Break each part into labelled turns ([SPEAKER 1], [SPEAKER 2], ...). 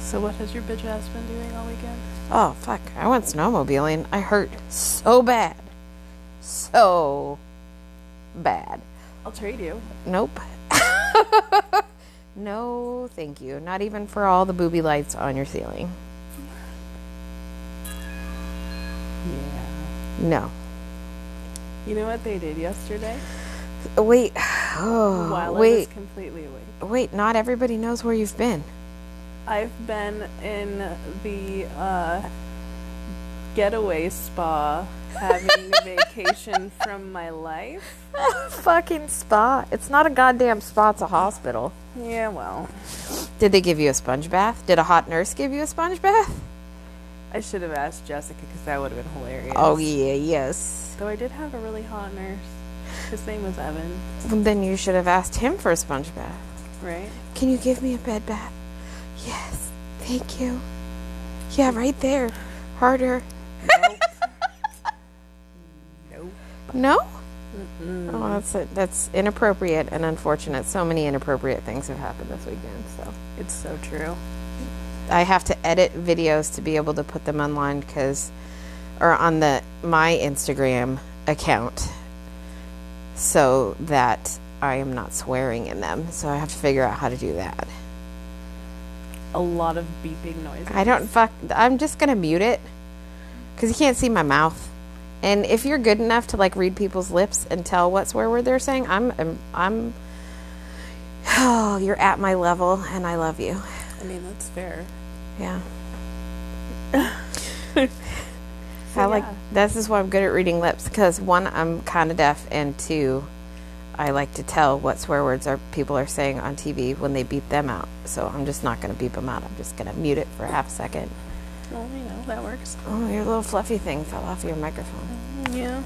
[SPEAKER 1] So what has your bitch ass been doing all weekend?
[SPEAKER 2] Oh fuck! I went snowmobiling. I hurt so bad, so bad.
[SPEAKER 1] I'll trade you.
[SPEAKER 2] Nope. no, thank you. Not even for all the booby lights on your ceiling.
[SPEAKER 1] Yeah.
[SPEAKER 2] No.
[SPEAKER 1] You know what they did yesterday?
[SPEAKER 2] Wait. Oh,
[SPEAKER 1] While I was
[SPEAKER 2] wait.
[SPEAKER 1] completely awake.
[SPEAKER 2] Wait. Not everybody knows where you've been.
[SPEAKER 1] I've been in the uh, getaway spa having vacation from my life.
[SPEAKER 2] Fucking spa. It's not a goddamn spa. It's a hospital.
[SPEAKER 1] Yeah, well,
[SPEAKER 2] Did they give you a sponge bath? Did a hot nurse give you a sponge bath?
[SPEAKER 1] I should have asked Jessica because that would have been hilarious.
[SPEAKER 2] Oh yeah, yes.
[SPEAKER 1] Though I did have a really hot nurse. His name was Evan,
[SPEAKER 2] Then you should have asked him for a sponge bath.
[SPEAKER 1] right?
[SPEAKER 2] Can you give me a bed bath? Yes. Thank you. Yeah, right there. Harder.
[SPEAKER 1] Nope.
[SPEAKER 2] No? Oh, that's that's inappropriate and unfortunate. So many inappropriate things have happened this weekend. So
[SPEAKER 1] It's so true.
[SPEAKER 2] I have to edit videos to be able to put them online because, or on the my Instagram account, so that I am not swearing in them. So I have to figure out how to do that.
[SPEAKER 1] A lot of beeping noises.
[SPEAKER 2] I don't fuck. I'm just gonna mute it because you can't see my mouth. And if you're good enough to like read people's lips and tell what swear word they're saying, I'm I'm, I'm oh, you're at my level, and I love you.
[SPEAKER 1] I mean, that's fair.
[SPEAKER 2] Yeah.
[SPEAKER 1] So,
[SPEAKER 2] I like
[SPEAKER 1] yeah.
[SPEAKER 2] this is why I'm good at reading lips because one, I'm kind of deaf, and two, I like to tell what swear words are people are saying on TV when they beep them out. So I'm just not going to beep them out. I'm just going to mute it for half a second.
[SPEAKER 1] Well, you know, that works.
[SPEAKER 2] Oh, your little fluffy thing fell off your microphone.
[SPEAKER 1] Yeah.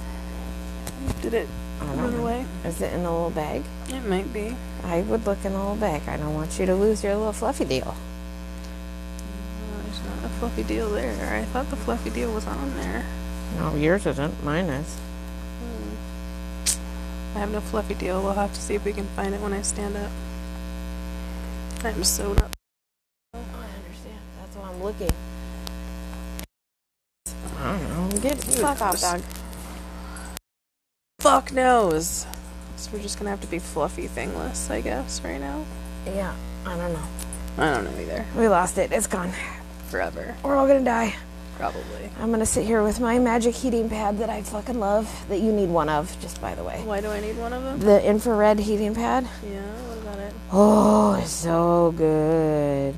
[SPEAKER 1] Did it
[SPEAKER 2] I don't
[SPEAKER 1] run
[SPEAKER 2] know.
[SPEAKER 1] away?
[SPEAKER 2] Is it in the little bag?
[SPEAKER 1] It might be.
[SPEAKER 2] I would look in the little bag. I don't want you to lose your little fluffy deal.
[SPEAKER 1] Oh, there's not a fluffy deal there. I thought the fluffy deal was on there.
[SPEAKER 2] No, yours isn't. Mine is.
[SPEAKER 1] I have no fluffy deal. We'll have to see if we can find it when I stand up. I'm so not.
[SPEAKER 2] Oh, I understand. That's why I'm looking. I don't know. Get the fuck off, dog.
[SPEAKER 1] Fuck knows! So we're just gonna have to be fluffy thingless, I guess, right now?
[SPEAKER 2] Yeah, I don't know.
[SPEAKER 1] I don't know either.
[SPEAKER 2] We lost it. It's gone.
[SPEAKER 1] Forever.
[SPEAKER 2] We're all gonna die.
[SPEAKER 1] Probably.
[SPEAKER 2] I'm gonna sit here with my magic heating pad that I fucking love. That you need one of, just by the way.
[SPEAKER 1] Why do I need one of them?
[SPEAKER 2] The infrared heating pad.
[SPEAKER 1] Yeah, what about it?
[SPEAKER 2] Oh, it's so good.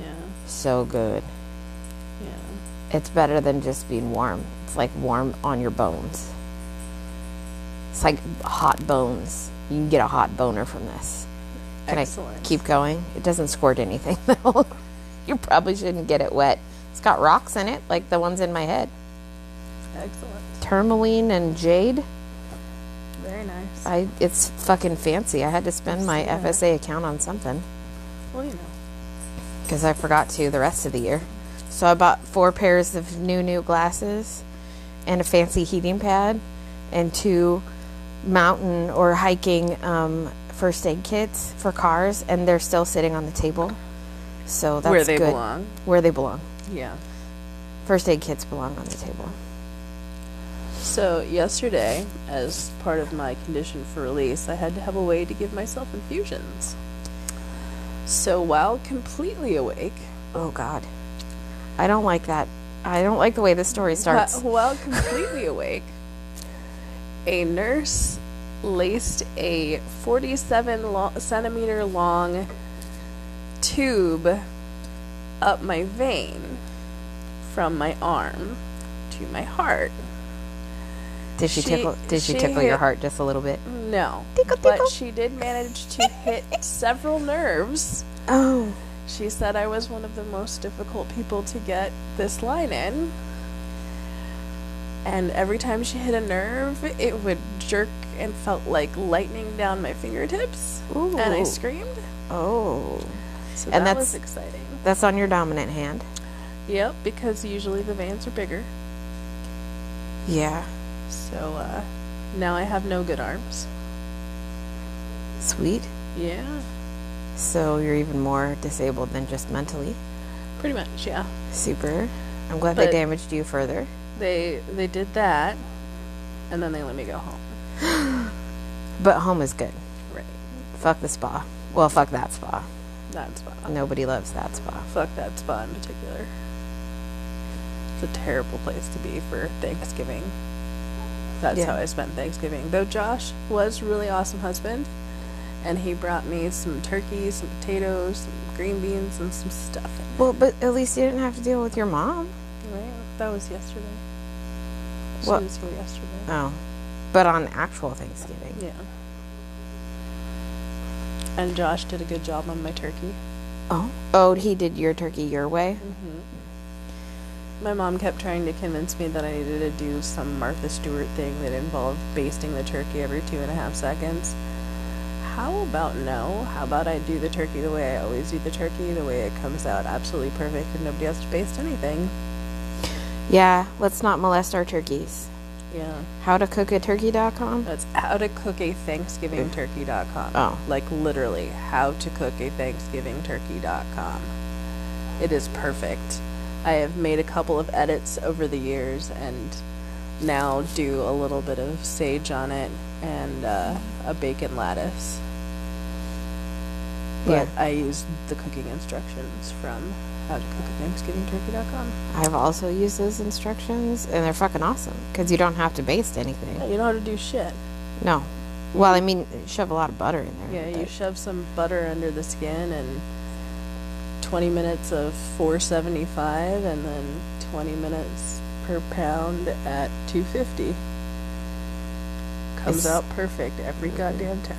[SPEAKER 1] Yeah,
[SPEAKER 2] So good.
[SPEAKER 1] yeah.
[SPEAKER 2] It's better than just being warm. It's like warm on your bones. It's like hot bones. You can get a hot boner from this. Can I
[SPEAKER 1] Excellent.
[SPEAKER 2] keep going? It doesn't squirt anything though. you probably shouldn't get it wet. It's got rocks in it, like the ones in my head.
[SPEAKER 1] Excellent.
[SPEAKER 2] Tourmaline and jade.
[SPEAKER 1] Very nice.
[SPEAKER 2] I it's fucking fancy. I had to spend my
[SPEAKER 1] Yeah.
[SPEAKER 2] FSA account on something
[SPEAKER 1] Well, you know.
[SPEAKER 2] because I forgot to the rest of the year. So I bought four pairs of new new glasses and a fancy heating pad and two mountain or hiking um, first aid kits for cars, and they're still sitting on the table. So that's
[SPEAKER 1] Where they
[SPEAKER 2] good.
[SPEAKER 1] belong.
[SPEAKER 2] Where they belong.
[SPEAKER 1] Yeah.
[SPEAKER 2] First aid kits belong on the table.
[SPEAKER 1] So yesterday, as part of my condition for release, I had to have a way to give myself infusions. So while completely awake,
[SPEAKER 2] Oh God, I don't like that. I don't like the way this story
[SPEAKER 1] wh-
[SPEAKER 2] starts.
[SPEAKER 1] while completely awake, a nurse laced a 47 lo- centimeter long tube up my vein from my arm to my heart.
[SPEAKER 2] Did she,
[SPEAKER 1] She-
[SPEAKER 2] tickle? Did she,
[SPEAKER 1] she
[SPEAKER 2] tickle your
[SPEAKER 1] hit-
[SPEAKER 2] heart just a little bit?
[SPEAKER 1] No.
[SPEAKER 2] Tickle, tickle.
[SPEAKER 1] But she did manage to hit several nerves.
[SPEAKER 2] Oh,
[SPEAKER 1] She said I was one of the most difficult people to get this line in. And every time she hit a nerve, it would jerk and felt like lightning down my fingertips.
[SPEAKER 2] Ooh.
[SPEAKER 1] And I screamed.
[SPEAKER 2] oh,
[SPEAKER 1] So
[SPEAKER 2] And
[SPEAKER 1] that was
[SPEAKER 2] that's-
[SPEAKER 1] exciting.
[SPEAKER 2] that's on your dominant hand.
[SPEAKER 1] Yep, because usually the veins are bigger.
[SPEAKER 2] Yeah,
[SPEAKER 1] So uh, now I have no good arms.
[SPEAKER 2] sweet.
[SPEAKER 1] Yeah.
[SPEAKER 2] So you're even more disabled than just mentally.
[SPEAKER 1] Pretty much, yeah.
[SPEAKER 2] Super. I'm glad
[SPEAKER 1] But-
[SPEAKER 2] they damaged you further.
[SPEAKER 1] They they did that, and then they let me go home.
[SPEAKER 2] But home is good.
[SPEAKER 1] Right.
[SPEAKER 2] Fuck the spa. Well, fuck that spa.
[SPEAKER 1] That spot.
[SPEAKER 2] Nobody loves that spa.
[SPEAKER 1] Fuck that spot in particular. It's a terrible place to be for Thanksgiving. That's
[SPEAKER 2] Yeah.
[SPEAKER 1] how I spent Thanksgiving. Though Josh was a really awesome husband, and he brought me some turkey, some potatoes, some green beans, and some stuffing.
[SPEAKER 2] Well, but at least you didn't have to deal with your mom.
[SPEAKER 1] Right? That was yesterday. She
[SPEAKER 2] What-
[SPEAKER 1] was here yesterday.
[SPEAKER 2] Oh. But on actual Thanksgiving.
[SPEAKER 1] Yeah. And Josh did a good job on my turkey.
[SPEAKER 2] Oh. Oh, he did your turkey your way?
[SPEAKER 1] My mom kept trying to convince me that I needed to do some Martha Stewart thing that involved basting the turkey every two and a half seconds. How about no? How about I do the turkey the way I always do the turkey, the way it comes out absolutely perfect and nobody has to baste anything?
[SPEAKER 2] Yeah, let's not molest our turkeys.
[SPEAKER 1] Yeah.
[SPEAKER 2] Howtocookatturkey.com?
[SPEAKER 1] That's how to cook a Thanksgiving turkey.com.
[SPEAKER 2] Oh.
[SPEAKER 1] Like literally, how to cook a Thanksgiving turkey.com. It is perfect. I have made a couple of edits over the years and now do a little bit of sage on it and uh, a bacon lattice. But I used the cooking instructions from how to cook a Thanksgiving turkey.com.
[SPEAKER 2] I've also used those instructions, and they're fucking awesome because you don't have to baste anything.
[SPEAKER 1] You know how to do shit.
[SPEAKER 2] No. Well, I mean, shove a lot of butter in there.
[SPEAKER 1] Yeah, you
[SPEAKER 2] but-
[SPEAKER 1] shove some butter under the skin and 20 minutes of 475 and then 20 minutes per pound at 250. Comes
[SPEAKER 2] It's-
[SPEAKER 1] out perfect every goddamn time.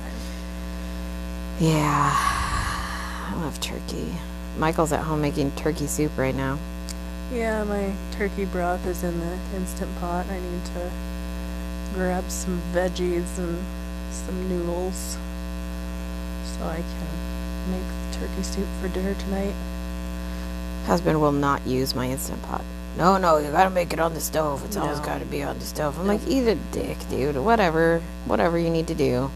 [SPEAKER 2] Yeah. I love turkey. Michael's at home making turkey soup right now.
[SPEAKER 1] Yeah, my turkey broth is in the instant pot. I need to grab some veggies and some noodles so I can make the turkey soup for dinner tonight.
[SPEAKER 2] Husband will not use my instant pot. No, no, you gotta make it on the stove. It's always
[SPEAKER 1] No.
[SPEAKER 2] gotta be on the stove. I'm like, eat a dick, dude. Whatever. Whatever you need to do.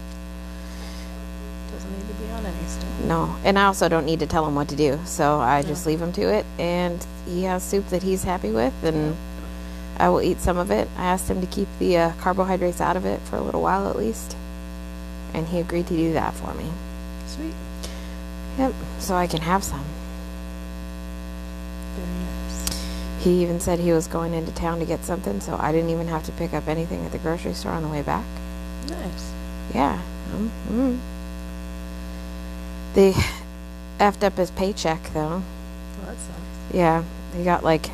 [SPEAKER 1] Doesn't need to be on any stove.
[SPEAKER 2] No. And I also don't need to tell him what to do. So I just leave him to it. And he has soup that he's happy with. And I will eat some of it. I asked him to keep the uh, carbohydrates out of it for a little while at least. And he agreed to do that for me.
[SPEAKER 1] Sweet.
[SPEAKER 2] Yep. So I can have some.
[SPEAKER 1] Very nice.
[SPEAKER 2] He even said he was going into town to get something, so I didn't even have to pick up anything at the grocery store on the way back.
[SPEAKER 1] Nice.
[SPEAKER 2] Yeah. mm mm. They effed up his paycheck, though.
[SPEAKER 1] Well, that sucks.
[SPEAKER 2] Yeah. He got like,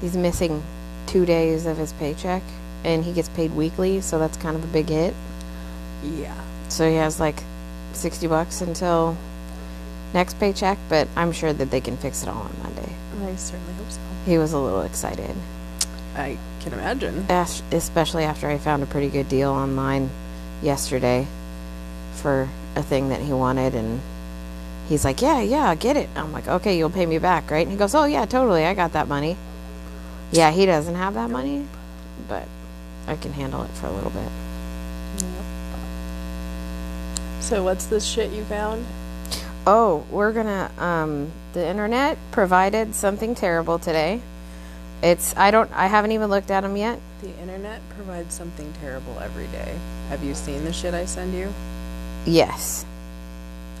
[SPEAKER 2] he's missing two days of his paycheck, and he gets paid weekly, so that's kind of a big hit.
[SPEAKER 1] Yeah.
[SPEAKER 2] So he has like 60 bucks until next paycheck, but I'm sure that they can fix it all on Monday.
[SPEAKER 1] I certainly hope so.
[SPEAKER 2] He was a little excited.
[SPEAKER 1] I can imagine.
[SPEAKER 2] Ash- especially after I found a pretty good deal online yesterday for a thing that he wanted and he's like, "Yeah, yeah, get it." I'm like, "Okay, you'll pay me back, right?" And he goes, "Oh, yeah, totally. I got that money." Yeah, he doesn't have that money, but I can handle it for a little bit.
[SPEAKER 1] So what's this shit you found?
[SPEAKER 2] Oh, we're gonna. Um, the internet provided something terrible today. It's I don't I haven't even looked at them yet.
[SPEAKER 1] The internet provides something terrible every day. Have you seen the shit I send you?
[SPEAKER 2] Yes,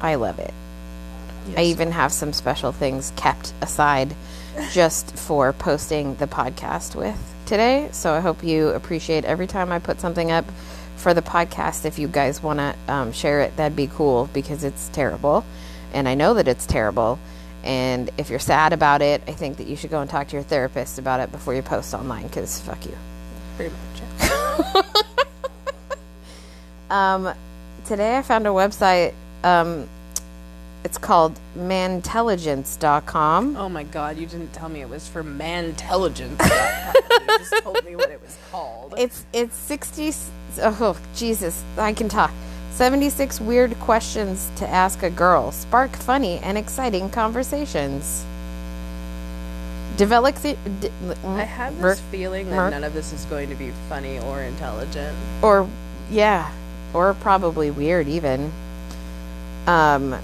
[SPEAKER 2] I love it. I even have some special things kept aside just for posting the podcast with today. So I hope you appreciate every time I put something up for the podcast. If you guys want to um, share it, that'd be cool because it's terrible. And I know that it's terrible. And if you're sad about it, I think that you should go and talk to your therapist about it before you post online because fuck you.
[SPEAKER 1] pretty much.
[SPEAKER 2] Um, today I found a website. Um, it's called mantelligence.com.
[SPEAKER 1] Oh my god, you didn't tell me it was for mantelligence. you just told me what it was called.
[SPEAKER 2] It's it's 60 oh Jesus, I can talk. 76 weird questions to ask a girl. Spark funny and exciting conversations. Develop the d-
[SPEAKER 1] I have
[SPEAKER 2] mer-
[SPEAKER 1] this feeling that
[SPEAKER 2] Merc.
[SPEAKER 1] none of this is going to be funny or intelligent.
[SPEAKER 2] or yeah, or probably weird even. Um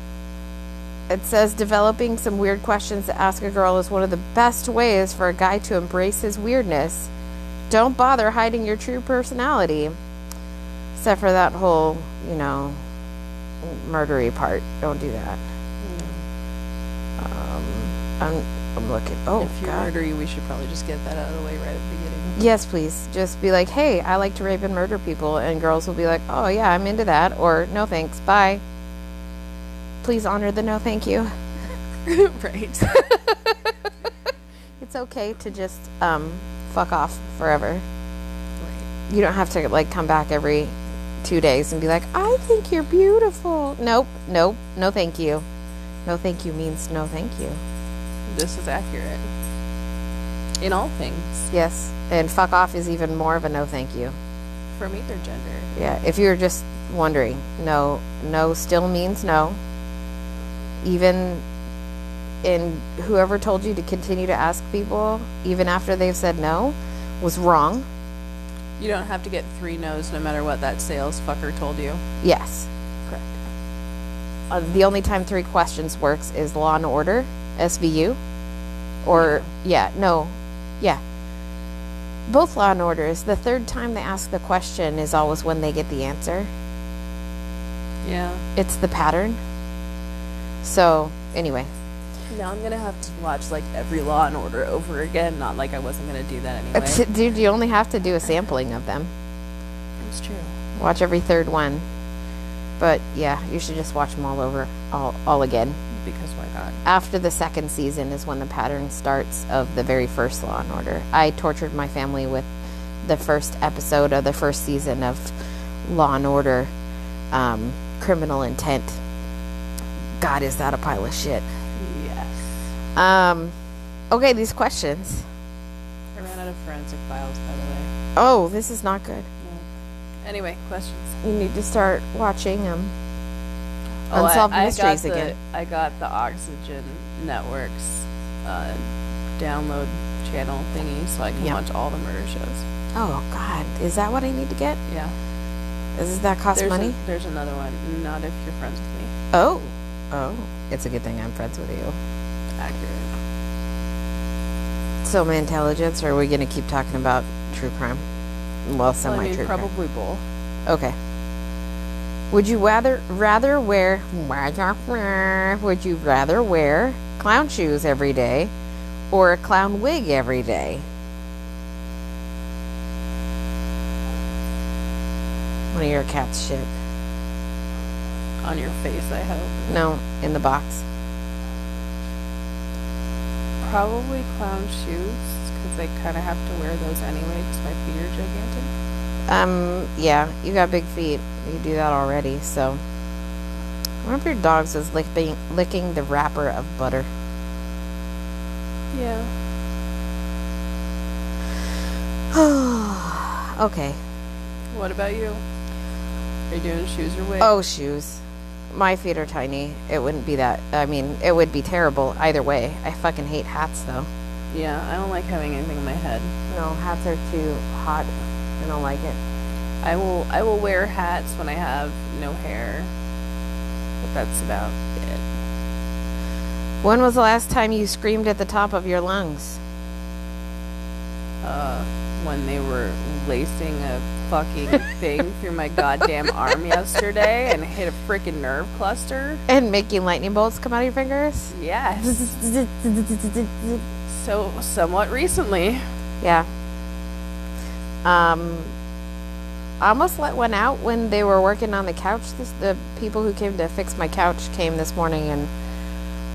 [SPEAKER 2] It says developing some weird questions to ask a girl is one of the best ways for a guy to embrace his weirdness. Don't bother hiding your true personality. Except for that whole, you know, murdery part. Don't do that. Um, I'm, I'm looking. Oh,
[SPEAKER 1] Hmm. if you're
[SPEAKER 2] God.
[SPEAKER 1] murdery, we should probably just get that out of the way right at the beginning.
[SPEAKER 2] Yes, please. Just be like, hey, I like to rape and murder people. And girls will be like, oh, yeah, I'm into that. Or, no thanks. Bye. Please honor the no thank you.
[SPEAKER 1] right.
[SPEAKER 2] It's okay to just um, fuck off forever. You don't have to, like, come back every two days and be like, I think you're beautiful. Nope. Nope. No thank you. No thank you means no thank you.
[SPEAKER 1] This is accurate. In all things.
[SPEAKER 2] Yes. And fuck off is even more of a no thank you.
[SPEAKER 1] From either gender.
[SPEAKER 2] Yeah, if you're just wondering, no, no still means no. Even in whoever told you to continue to ask people, even after they've said no, was wrong.
[SPEAKER 1] You don't have to get three no's no matter what that sales fucker told you.
[SPEAKER 2] Yes.
[SPEAKER 1] Correct.
[SPEAKER 2] Uh, the only time three questions works is Law and Order, SVU, or yeah, no, yeah. Both Law and Order is the third time they ask the question is always when they get the answer.
[SPEAKER 1] Yeah.
[SPEAKER 2] It's the pattern. So anyway,
[SPEAKER 1] Now I'm gonna have to watch like every Law and Order over again. Not like I wasn't gonna do that anyway.
[SPEAKER 2] That's it, Dude, you only have to do a sampling of them.
[SPEAKER 1] It's true.
[SPEAKER 2] Watch every third one. But yeah, you should just watch them all over, all, all again.
[SPEAKER 1] Because why not?
[SPEAKER 2] After the second season is when the pattern starts of the very first Law and Order. I tortured my family with the first episode of the first season of Law and Order um, Criminal Intent. God, is that a pile of shit?
[SPEAKER 1] Yes.
[SPEAKER 2] Um, okay, these questions.
[SPEAKER 1] I ran out of forensic files, by the way.
[SPEAKER 2] Oh, this is not good.
[SPEAKER 1] Anyway, questions.
[SPEAKER 2] You need to start watching them.
[SPEAKER 1] Oh, I-
[SPEAKER 2] Unsolved
[SPEAKER 1] I,
[SPEAKER 2] Mysteries
[SPEAKER 1] got the,
[SPEAKER 2] again.
[SPEAKER 1] I got the Oxygen Networks uh, download channel thingy, so I can
[SPEAKER 2] Yeah.
[SPEAKER 1] watch all the murder shows.
[SPEAKER 2] Oh God, is that what I need to get?
[SPEAKER 1] Yeah.
[SPEAKER 2] Does that cost
[SPEAKER 1] There's,
[SPEAKER 2] money?
[SPEAKER 1] a- there's another one. Not if you're friends with me.
[SPEAKER 2] oh, oh, it's a good thing I'm friends with you.
[SPEAKER 1] Accurate.
[SPEAKER 2] So, my intelligence, or are we going to keep talking about true crime? Well,
[SPEAKER 1] Well, I
[SPEAKER 2] semi
[SPEAKER 1] mean,
[SPEAKER 2] true crime.
[SPEAKER 1] probably both.
[SPEAKER 2] Okay. Would you rather rather wear rather- would you rather wear clown shoes every day or a clown wig every day? One of your cats shit.
[SPEAKER 1] On your face, I hope.
[SPEAKER 2] No, in the box.
[SPEAKER 1] Probably clown shoes, because I kind of have to wear those anyway, because my feet are gigantic.
[SPEAKER 2] Um, yeah, you got big feet. You do that already, so. One of your dogs was licking, licking the wrapper of butter.
[SPEAKER 1] Yeah.
[SPEAKER 2] okay.
[SPEAKER 1] What about you? Are you doing shoes or wig?
[SPEAKER 2] Oh, shoes. My feet are tiny. It wouldn't be that. I mean, it would be terrible either way. I fucking hate hats, though.
[SPEAKER 1] Yeah, I don't like having anything in my head.
[SPEAKER 2] No, hats are too hot. I don't like it.
[SPEAKER 1] I will I will wear hats when I have no hair. But that's about it.
[SPEAKER 2] When was the last time you screamed at the top of your lungs?
[SPEAKER 1] Uh, when they were lacing a fucking thing through my goddamn arm yesterday and hit a freaking nerve cluster.
[SPEAKER 2] And making lightning bolts come out of your fingers?
[SPEAKER 1] Yes. So somewhat recently.
[SPEAKER 2] Yeah. Um, I almost let one out when they were working on the couch. This, the people who came to fix my couch came this morning and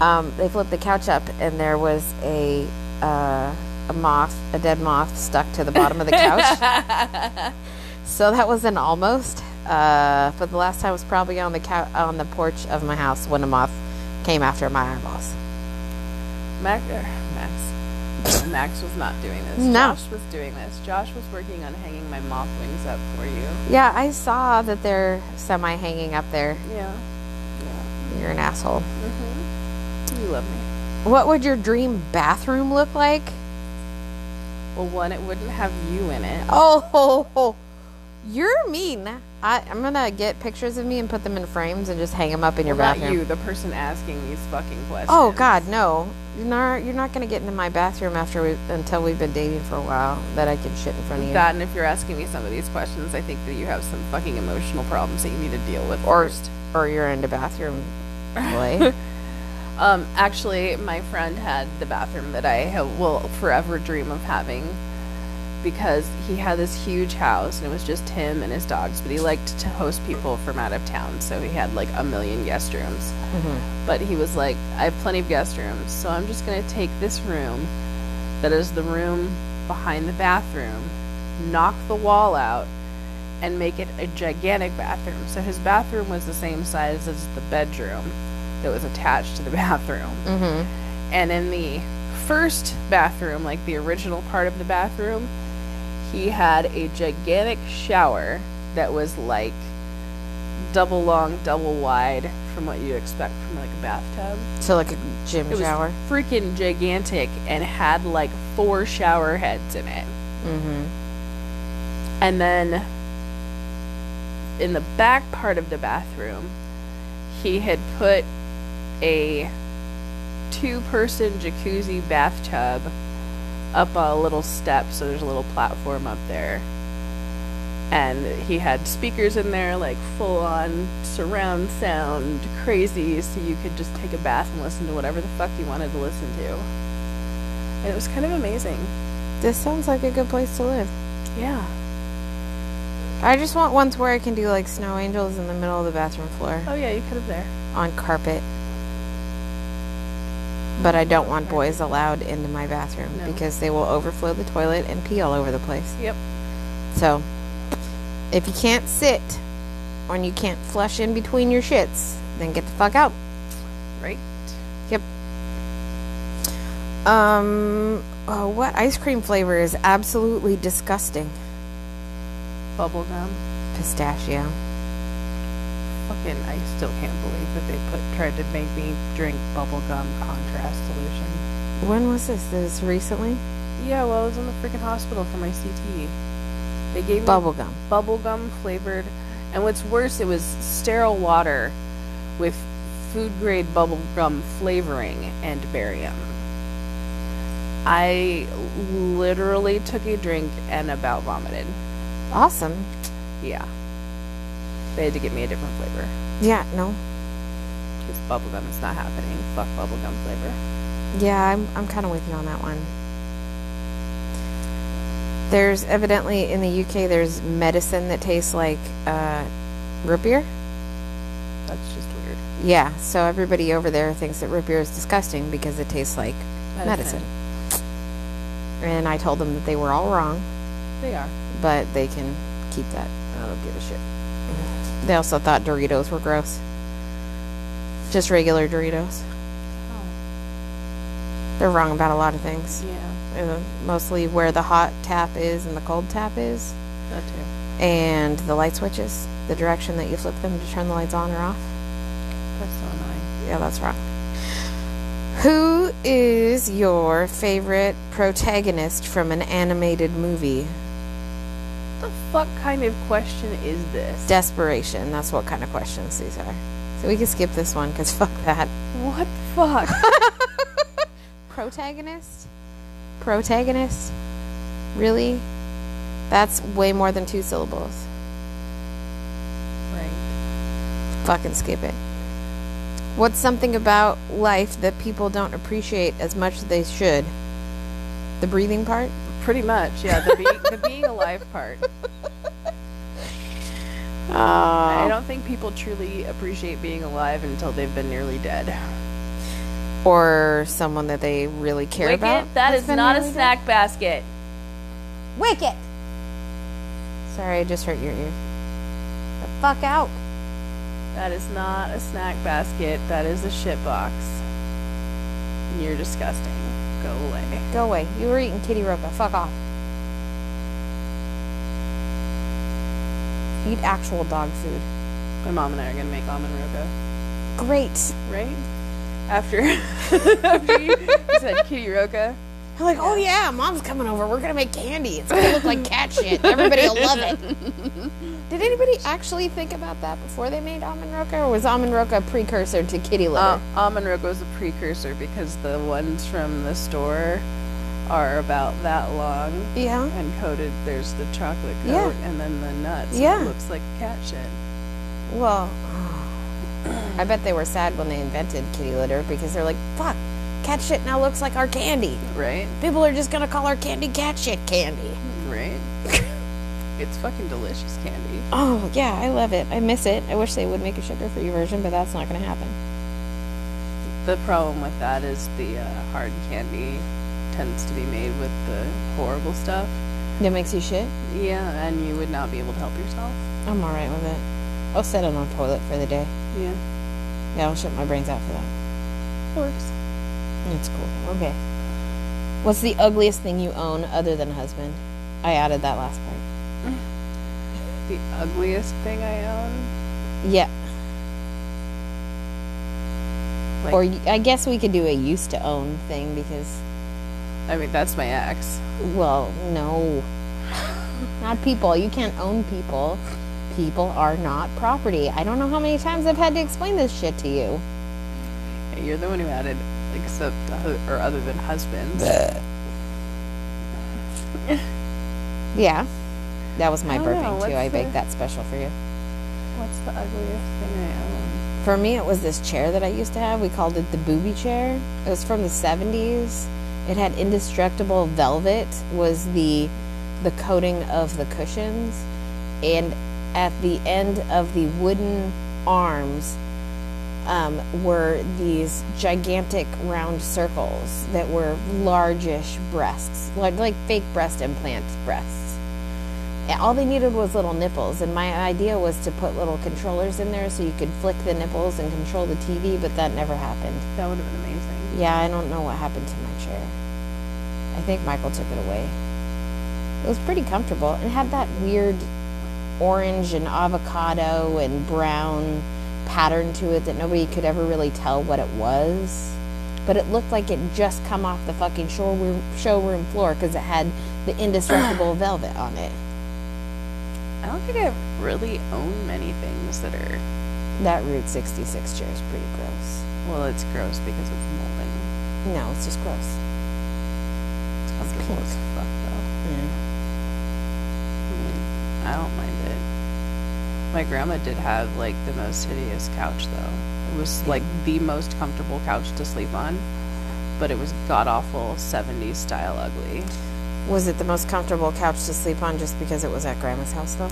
[SPEAKER 2] um, they flipped the couch up and there was a uh, a moth, a dead moth, stuck to the bottom of the couch. so that was an almost. Uh, but the last time was probably on the cou- on the porch of my house when a moth came after my eyeballs.
[SPEAKER 1] Mac er, Max. Max was not doing this.
[SPEAKER 2] No.
[SPEAKER 1] Josh was doing this. Josh was working on hanging my moth wings up for you.
[SPEAKER 2] Yeah, I saw that they're semi hanging up there.
[SPEAKER 1] Yeah. Yeah.
[SPEAKER 2] You're an asshole.
[SPEAKER 1] You love me.
[SPEAKER 2] What would your dream bathroom look like?
[SPEAKER 1] Well, one, it wouldn't have you in it.
[SPEAKER 2] Oh, you're mean. I, I'm gonna get pictures of me and put them in frames and just hang them up in your
[SPEAKER 1] Well,
[SPEAKER 2] bathroom.
[SPEAKER 1] Not you, the person asking these fucking questions.
[SPEAKER 2] Oh God, no! You're not you're not gonna get into my bathroom after we until we've been dating for a while that I can shit in front of you.
[SPEAKER 1] That, and if you're asking me some of these questions, I think that you have some fucking emotional problems that you need to deal with
[SPEAKER 2] Or
[SPEAKER 1] first.
[SPEAKER 2] or you're into bathroom play.
[SPEAKER 1] Um, actually, my friend had the bathroom that I ha- will forever dream of having because he had this huge house and it was just him and his dogs. But he liked to host people from out of town, so he had like a million guest rooms. But he was like, I have plenty of guest rooms, so I'm just gonna take this room that is the room behind the bathroom, knock the wall out, and make it a gigantic bathroom. So his bathroom was the same size as the bedroom that was attached to the bathroom. Mm-hmm. And in the first bathroom, like the original part of the bathroom, he had a gigantic shower that was like double long, double wide from what you expect from like a bathtub.
[SPEAKER 2] so like a gym
[SPEAKER 1] It
[SPEAKER 2] shower.
[SPEAKER 1] was freaking gigantic and had like four shower heads in it. Mm-hmm. And then in the back part of the bathroom, he had put a two person jacuzzi bathtub up a little step, so there's a little platform up there. And he had speakers in there, like full on surround sound, crazy, so you could just take a bath and listen to whatever the fuck you wanted to listen to. And it was kind of amazing.
[SPEAKER 2] This sounds like a good place to live.
[SPEAKER 1] Yeah.
[SPEAKER 2] I just want ones where I can do like snow angels in the middle of the bathroom floor
[SPEAKER 1] Oh, yeah, you could have there.
[SPEAKER 2] on carpet. But I don't want boys allowed into my bathroom
[SPEAKER 1] No.
[SPEAKER 2] because they will overflow the toilet and pee all over the place.
[SPEAKER 1] Yep.
[SPEAKER 2] So, if you can't sit and you can't flush in between your shits, then get the fuck out.
[SPEAKER 1] Right?
[SPEAKER 2] Yep. Um, oh, what ice cream flavor is absolutely disgusting?
[SPEAKER 1] Bubblegum.
[SPEAKER 2] Pistachio.
[SPEAKER 1] Fucking, I still can't believe that they put tried to make me drink bubblegum contrast solution.
[SPEAKER 2] When was this? This recently?
[SPEAKER 1] Yeah, well, I was in the freaking hospital for my CTE. They gave me
[SPEAKER 2] Bubblegum.
[SPEAKER 1] bubblegum flavored and what's worse it was sterile water with food grade bubblegum flavoring and barium i literally took a drink and about vomited
[SPEAKER 2] Awesome.
[SPEAKER 1] yeah they had to get me a different flavor
[SPEAKER 2] Yeah, no.
[SPEAKER 1] because bubblegum is not happening fuck bubblegum flavor
[SPEAKER 2] Yeah, I'm, I'm kind of with you on that one. There's evidently in the UK, there's medicine that tastes like uh, root beer.
[SPEAKER 1] that's just weird
[SPEAKER 2] Yeah, so everybody over there thinks that root beer is disgusting because it tastes like medicine.
[SPEAKER 1] Medicine.
[SPEAKER 2] And I told them that they were all wrong,
[SPEAKER 1] they are
[SPEAKER 2] but they can keep that. I don't give a shit. They also thought Doritos were gross. Just regular Doritos. They're wrong about a lot of things.
[SPEAKER 1] Oh, yeah
[SPEAKER 2] Uh, mostly where the hot tap is and the cold tap is,
[SPEAKER 1] that too
[SPEAKER 2] and the light switches, the direction that you flip them to turn the lights on or off.
[SPEAKER 1] that's so annoying
[SPEAKER 2] Yeah, that's wrong. Who is your favorite protagonist from an animated movie?
[SPEAKER 1] what the fuck kind of question is this
[SPEAKER 2] Desperation. That's what kind of questions these are. So we can skip this one because fuck that.
[SPEAKER 1] what the fuck
[SPEAKER 2] Protagonist? Protagonist? Really? That's way more than two syllables.
[SPEAKER 1] right
[SPEAKER 2] Fucking skip it. What's something about life that people don't appreciate as much as they should? The breathing part?
[SPEAKER 1] Pretty much, yeah. The, being the being alive part.
[SPEAKER 2] Uh,
[SPEAKER 1] I don't think people truly appreciate being alive until they've been nearly dead.
[SPEAKER 2] or someone that they really care about.
[SPEAKER 1] that
[SPEAKER 2] has
[SPEAKER 1] is
[SPEAKER 2] been
[SPEAKER 1] not a
[SPEAKER 2] really good.
[SPEAKER 1] snack basket.
[SPEAKER 2] Wicket. Sorry, I just hurt your ear. The fuck out.
[SPEAKER 1] That is not a snack basket. That is a shit box. You're disgusting. Go away.
[SPEAKER 2] Go away. You were eating kitty ropa. Fuck off. Eat actual dog food.
[SPEAKER 1] My mom and I are gonna make almond roca,
[SPEAKER 2] Great.
[SPEAKER 1] right? After after you said kitty roca,
[SPEAKER 2] You're like, oh yeah, mom's coming over. We're gonna make candy. It's gonna look like cat shit. Everybody will love it. Did anybody actually think about that before they made almond roca, or was almond roca a precursor to kitty
[SPEAKER 1] Uh,
[SPEAKER 2] litter?
[SPEAKER 1] almond roca was a precursor because the ones from the store are about that long
[SPEAKER 2] yeah.
[SPEAKER 1] and coated. There's the chocolate coat
[SPEAKER 2] Yeah.
[SPEAKER 1] and then the nuts.
[SPEAKER 2] Yeah.
[SPEAKER 1] And it looks like cat shit.
[SPEAKER 2] Well, I bet they were sad when they invented kitty litter because they're like, fuck, cat shit now looks like our candy.
[SPEAKER 1] Right?
[SPEAKER 2] People are just gonna call our candy cat shit candy.
[SPEAKER 1] Right? it's fucking delicious candy.
[SPEAKER 2] Oh, yeah, I love it. I miss it. I wish they would make a sugar free version, but that's not gonna happen.
[SPEAKER 1] The problem with that is the uh, hard candy tends to be made with the horrible stuff.
[SPEAKER 2] That makes you shit?
[SPEAKER 1] Yeah, and you would not be able to help yourself.
[SPEAKER 2] I'm alright with it. I'll settle on toilet for the day.
[SPEAKER 1] Yeah.
[SPEAKER 2] Yeah, I'll shut my brains out for that.
[SPEAKER 1] Works.
[SPEAKER 2] It's cool. Okay. What's the ugliest thing you own other than husband? I added that last part.
[SPEAKER 1] The ugliest thing I own.
[SPEAKER 2] Yeah.
[SPEAKER 1] Like,
[SPEAKER 2] Or y- I guess we could do a used to own thing because
[SPEAKER 1] I mean, that's my ex.
[SPEAKER 2] Well, no. not people. You can't own people. People are not property. I don't know how many times I've had to explain this shit to you.
[SPEAKER 1] You're the one who added, except hu- or other than husband.
[SPEAKER 2] Yeah. That was my
[SPEAKER 1] I don't
[SPEAKER 2] burping
[SPEAKER 1] know,
[SPEAKER 2] too.
[SPEAKER 1] what's
[SPEAKER 2] I
[SPEAKER 1] the-
[SPEAKER 2] baked that special for you.
[SPEAKER 1] What's the ugliest thing I own?
[SPEAKER 2] For me, it was this chair that I used to have. We called it the booby chair. It was from the 70s. It had indestructible velvet was the the coating of the cushions and at the end of the wooden arms um, were these gigantic round circles that were largish breasts, like like fake breast implant breasts. And all they needed was little nipples, and my idea was to put little controllers in there so you could flick the nipples and control the TV, but that never happened.
[SPEAKER 1] That would have been amazing.
[SPEAKER 2] Yeah, I don't know what happened to my chair. I think Michael took it away. It was pretty comfortable and had that weird orange and avocado and brown pattern to it that nobody could ever really tell what it was. But it looked like it just come off the fucking showroom, showroom floor because it had the indestructible velvet on it.
[SPEAKER 1] I don't think I really own many things that are.
[SPEAKER 2] That Route 66 chair is pretty gross.
[SPEAKER 1] Well, it's gross because it's molding.
[SPEAKER 2] No, it's just gross.
[SPEAKER 1] It's comfortable as fuck though. I mean, I don't mind it. My grandma did have like the most hideous couch though. It was like the most comfortable couch to sleep on, but it was god awful 70s style ugly.
[SPEAKER 2] Was it the most comfortable couch to sleep on just because it was at grandma's house though?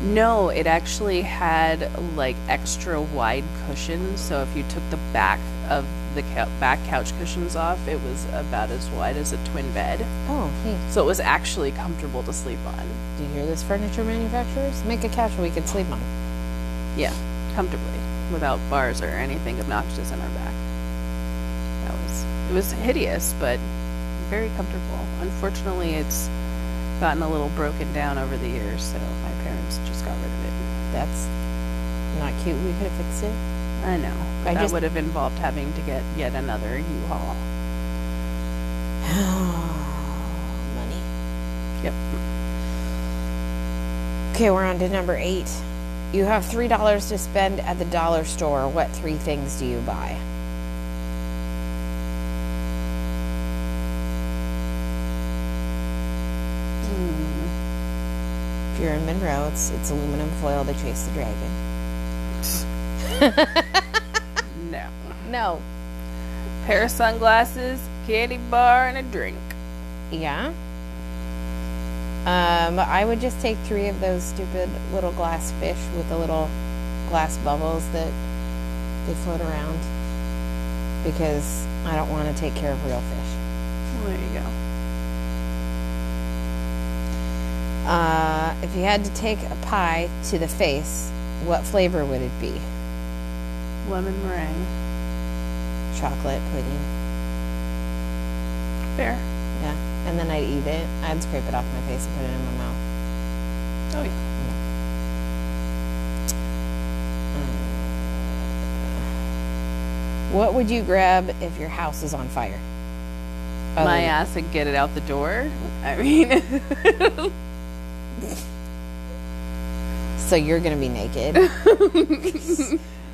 [SPEAKER 1] No, it actually had like extra wide cushions. So if you took the back of the cou- back couch cushions off, it was about as wide as a twin bed.
[SPEAKER 2] Oh, hey.
[SPEAKER 1] So it was actually comfortable to sleep on.
[SPEAKER 2] Do you hear this, furniture manufacturers? Make a couch we can sleep on.
[SPEAKER 1] Yeah, comfortably without bars or anything obnoxious in our back. That was it was hideous, but very comfortable. Unfortunately, it's gotten a little broken down over the years, so my parents just got rid of it.
[SPEAKER 2] That's not cute. We could have fixed
[SPEAKER 1] I
[SPEAKER 2] it.
[SPEAKER 1] know.
[SPEAKER 2] I
[SPEAKER 1] But that
[SPEAKER 2] just-
[SPEAKER 1] would have involved having to get yet another U-Haul.
[SPEAKER 2] Money.
[SPEAKER 1] Yep.
[SPEAKER 2] Okay, we're on to number eight. You have three dollars to spend at the dollar store. What three things do you buy? Hmm. If you're in Monroe, it's it's aluminum foil to chase the dragon.
[SPEAKER 1] No.
[SPEAKER 2] No.
[SPEAKER 1] Pair of sunglasses, candy bar, and a drink.
[SPEAKER 2] Yeah. Um, I would just take three of those stupid little glass fish with the little glass bubbles that they float around because I don't want to take care of real fish.
[SPEAKER 1] There you go.
[SPEAKER 2] Uh, if you had to take a pie to the face, what flavor would it be?
[SPEAKER 1] Lemon meringue.
[SPEAKER 2] Chocolate pudding.
[SPEAKER 1] Fair.
[SPEAKER 2] Yeah. And then I'd eat it. I'd scrape it off my face and put it in my mouth.
[SPEAKER 1] Oh yeah.
[SPEAKER 2] What would you grab if your house is on fire?
[SPEAKER 1] my ass and get it out the door. I mean,
[SPEAKER 2] So you're gonna be naked.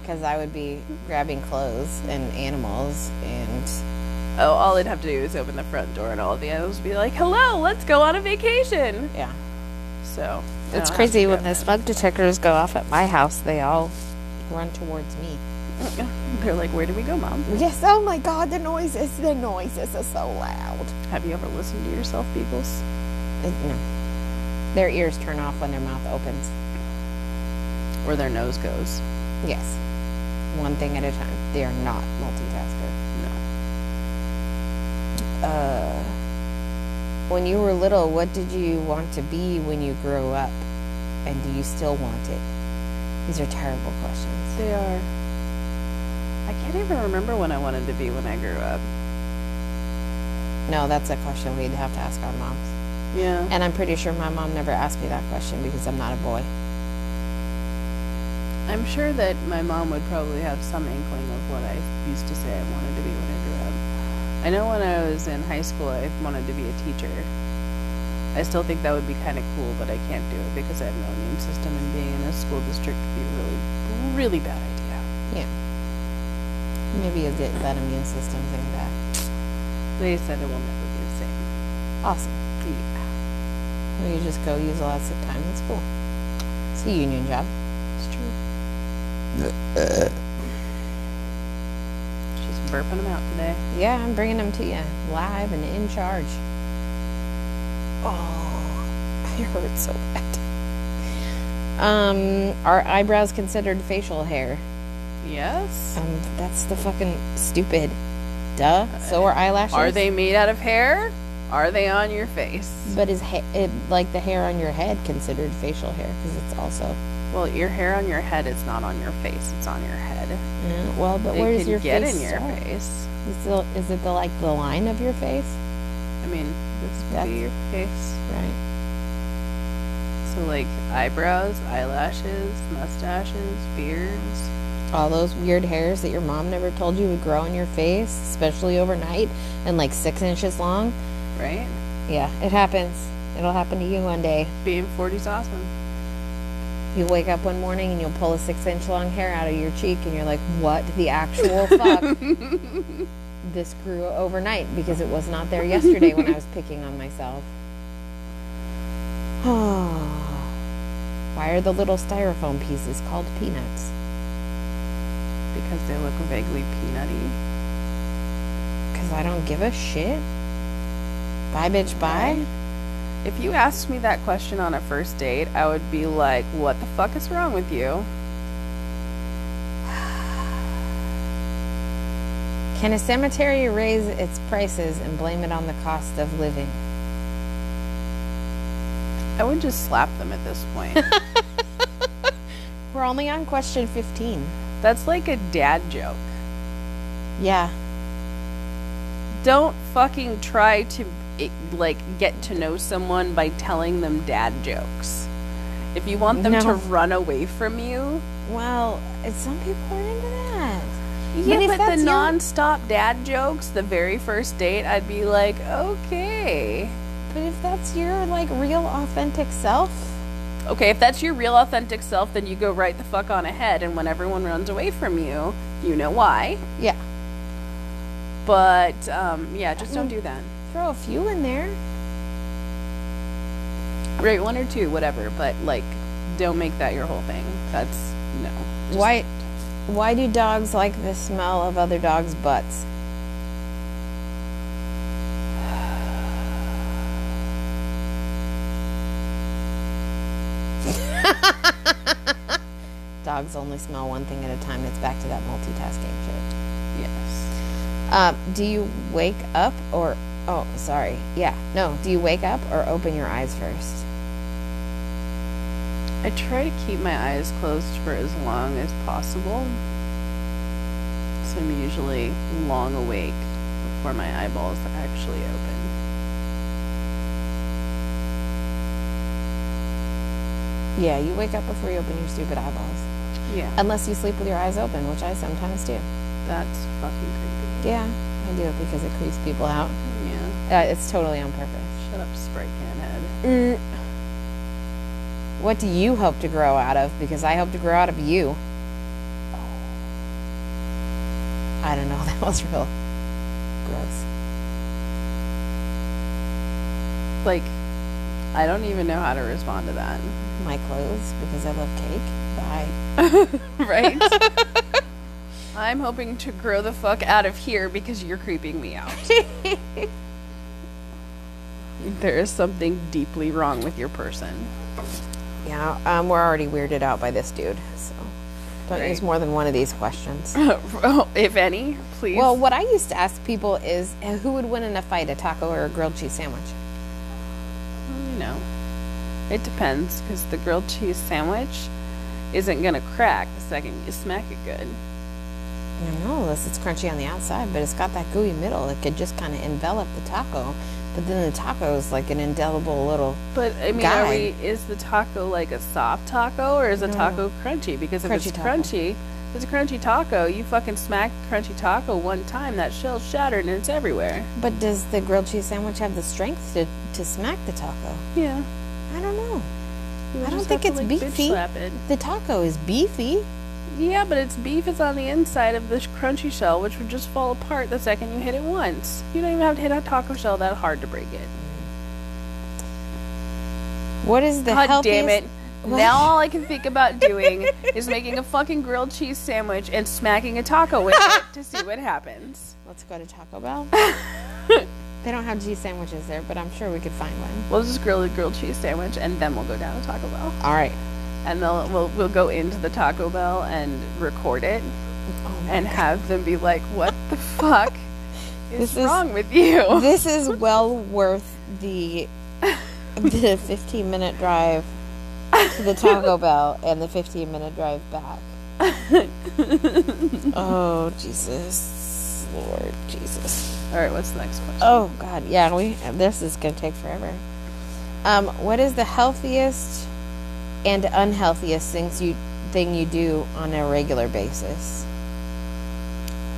[SPEAKER 2] Because I would be grabbing clothes and animals and
[SPEAKER 1] oh, all I'd have to do is open the front door, and all the animals would be like, "Hello, let's go on a vacation."
[SPEAKER 2] yeah.
[SPEAKER 1] So I
[SPEAKER 2] It's
[SPEAKER 1] don't
[SPEAKER 2] crazy
[SPEAKER 1] have
[SPEAKER 2] when
[SPEAKER 1] to
[SPEAKER 2] the smoke detectors go off at my house. They all run towards me.
[SPEAKER 1] go. They're like, "Where do we go, mom?"
[SPEAKER 2] Yes. Oh my God! The noises. The noises are so loud.
[SPEAKER 1] Have you ever listened to yourself, peoples?
[SPEAKER 2] It- no. Their ears turn off when their mouth opens.
[SPEAKER 1] Where their nose goes?
[SPEAKER 2] Yes. One thing at a time. They are not multitasker.
[SPEAKER 1] No.
[SPEAKER 2] When you were little, what did you want to be when you grew up, and do you still want it? These are terrible questions.
[SPEAKER 1] They are. I can't even remember when I wanted to be when I grew up.
[SPEAKER 2] No, that's a question we'd have to ask our moms.
[SPEAKER 1] Yeah.
[SPEAKER 2] And I'm pretty sure my mom never asked me that question because I'm not a boy.
[SPEAKER 1] I'm sure that my mom would probably have some inkling of what I used to say I wanted to be when I grew up. I know when I was in high school, I wanted to be a teacher. I still think that would be kind of cool, but I can't do it because I have no immune system, and being in a school district would be a really, really bad idea.
[SPEAKER 2] Yeah. Maybe you'll get that immune system thing back.
[SPEAKER 1] They said it will never be the same.
[SPEAKER 2] Awesome.
[SPEAKER 1] Yeah,
[SPEAKER 2] Well, you just go use lots of time in school. It's a union job.
[SPEAKER 1] it's true. She's burping them out today.
[SPEAKER 2] Yeah, I'm bringing them to you live and in charge. Oh, it hurts so bad. Um, are eyebrows considered facial hair?
[SPEAKER 1] Yes.
[SPEAKER 2] Um, that's the fucking stupid. Duh. So are eyelashes.
[SPEAKER 1] Are they made out of hair? Are they on your face?
[SPEAKER 2] But is ha- it, like the hair on your head considered facial hair? Because it's also.
[SPEAKER 1] Well, your hair on your head is not on your face; it's on your head.
[SPEAKER 2] Yeah, well, but
[SPEAKER 1] It
[SPEAKER 2] where does
[SPEAKER 1] can
[SPEAKER 2] your
[SPEAKER 1] get
[SPEAKER 2] face
[SPEAKER 1] in your
[SPEAKER 2] start?
[SPEAKER 1] face?
[SPEAKER 2] Is it, is it the like the line of your face?
[SPEAKER 1] I mean, this would
[SPEAKER 2] That's-
[SPEAKER 1] be your face.
[SPEAKER 2] Right.
[SPEAKER 1] So like eyebrows, eyelashes, mustaches, beards.
[SPEAKER 2] All those weird hairs that your mom never told you would grow on your face, especially overnight and like six inches long.
[SPEAKER 1] Right?
[SPEAKER 2] Yeah, it happens. It'll happen to you one day.
[SPEAKER 1] Being 40's awesome.
[SPEAKER 2] You wake up one morning and you'll pull a six inch long hair out of your cheek and you're like, what the actual fuck? this grew overnight because it was not there yesterday when I was picking on myself. Why are the little styrofoam pieces called peanuts?
[SPEAKER 1] Because they look vaguely peanutty.
[SPEAKER 2] Because I don't give a shit. Bye, bitch, bye.
[SPEAKER 1] If you asked me that question on a first date, I would be like, "What the fuck is wrong with you?"
[SPEAKER 2] Can a cemetery raise its prices and blame it on the cost of living?
[SPEAKER 1] I would just slap them at this point.
[SPEAKER 2] We're only on question 15.
[SPEAKER 1] That's like a dad joke.
[SPEAKER 2] Yeah.
[SPEAKER 1] Don't fucking try to eh, like get to know someone by telling them dad jokes. If you want them
[SPEAKER 2] No.
[SPEAKER 1] to run away from you,
[SPEAKER 2] Well, it's- some people are into that.
[SPEAKER 1] Yeah,
[SPEAKER 2] if
[SPEAKER 1] but,
[SPEAKER 2] that's
[SPEAKER 1] the
[SPEAKER 2] your-
[SPEAKER 1] non-stop dad jokes, the very first date, I'd be like, okay.
[SPEAKER 2] But if that's your like real authentic self,
[SPEAKER 1] Okay, if that's your real authentic self, then you go right the fuck on ahead. And when everyone runs away from you, you know why.
[SPEAKER 2] yeah,
[SPEAKER 1] But um, yeah, just don't do that.
[SPEAKER 2] throw a few in there.
[SPEAKER 1] Right, one or two, whatever. But like, don't make that your whole thing. That's no. Just-
[SPEAKER 2] Why? Why do dogs like the smell of other dogs' butts? dogs only smell one thing at a time. It's back to that multitasking shit.
[SPEAKER 1] Yes.
[SPEAKER 2] Um, do you wake up or oh sorry yeah no do you wake up or open your eyes first
[SPEAKER 1] I try to keep my eyes closed for as long as possible. So I'm usually long awake before my eyeballs actually open.
[SPEAKER 2] yeah you wake up before you open your stupid eyeballs
[SPEAKER 1] Yeah,
[SPEAKER 2] unless you sleep with your eyes open which I sometimes do
[SPEAKER 1] that's fucking creepy.
[SPEAKER 2] yeah I do it because it creeps people out
[SPEAKER 1] Yeah.
[SPEAKER 2] Uh, it's totally on purpose.
[SPEAKER 1] Shut up, spray can head.
[SPEAKER 2] Mm. What do you hope to grow out of? Because I hope to grow out of you. I don't know. That was real gross.
[SPEAKER 1] Like, I don't even know how to respond to that.
[SPEAKER 2] My clothes because I love cake. Bye.
[SPEAKER 1] Right? I'm hoping to grow the fuck out of here because you're creeping me out. there is something deeply wrong with your person.
[SPEAKER 2] Yeah, um, we're already weirded out by this dude. So don't
[SPEAKER 1] Right.
[SPEAKER 2] use more than one of these questions.
[SPEAKER 1] if any, please.
[SPEAKER 2] well, what I used to ask people is uh, who would win in a fight, a taco or a grilled cheese sandwich?
[SPEAKER 1] you know, it depends because the grilled cheese sandwich isn't gonna crack the second you smack it good.
[SPEAKER 2] I don't know unless it's crunchy on the outside, but it's got that gooey middle. It could just kind of envelop the taco, but then the taco is like an indelible little.
[SPEAKER 1] But I mean, are we, is the taco like a soft taco or is a taco crunchy? Because if
[SPEAKER 2] Crunchy
[SPEAKER 1] it's
[SPEAKER 2] taco.
[SPEAKER 1] crunchy, if it's a crunchy taco. You fucking smack the crunchy taco one time, that shell's shattered and it's everywhere.
[SPEAKER 2] But does the grilled cheese sandwich have the strength to, to smack the taco?
[SPEAKER 1] Yeah,
[SPEAKER 2] I don't know.
[SPEAKER 1] You just
[SPEAKER 2] I don't
[SPEAKER 1] have
[SPEAKER 2] think
[SPEAKER 1] to,
[SPEAKER 2] it's
[SPEAKER 1] like,
[SPEAKER 2] beefy.
[SPEAKER 1] Bitch slap it.
[SPEAKER 2] The taco is beefy.
[SPEAKER 1] Yeah, but it's beef is on the inside of this crunchy shell, which would just fall apart the second you hit it once. You don't even have to hit a taco shell that hard to break it.
[SPEAKER 2] What is the
[SPEAKER 1] God
[SPEAKER 2] healthiest?
[SPEAKER 1] damn it.
[SPEAKER 2] What?
[SPEAKER 1] Now all I can think about doing is making a fucking grilled cheese sandwich and smacking a taco with it to see what happens.
[SPEAKER 2] Let's go to Taco Bell. they don't have cheese sandwiches there, but I'm sure we could find one.
[SPEAKER 1] We'll just grill the grilled cheese sandwich and then we'll go down to Taco Bell.
[SPEAKER 2] All right.
[SPEAKER 1] And they'll, we'll, we'll go into the Taco Bell and record it
[SPEAKER 2] Oh
[SPEAKER 1] and have them be like, what the fuck is
[SPEAKER 2] This is-
[SPEAKER 1] wrong with you?
[SPEAKER 2] This is well worth the the 15 minute drive to the Taco Bell and the 15 minute drive back. oh Jesus, Lord Jesus.
[SPEAKER 1] All right, what's the next question?
[SPEAKER 2] Oh God, yeah. and We this is gonna take forever. Um, what is the healthiest and unhealthiest things you thing you do on a regular basis?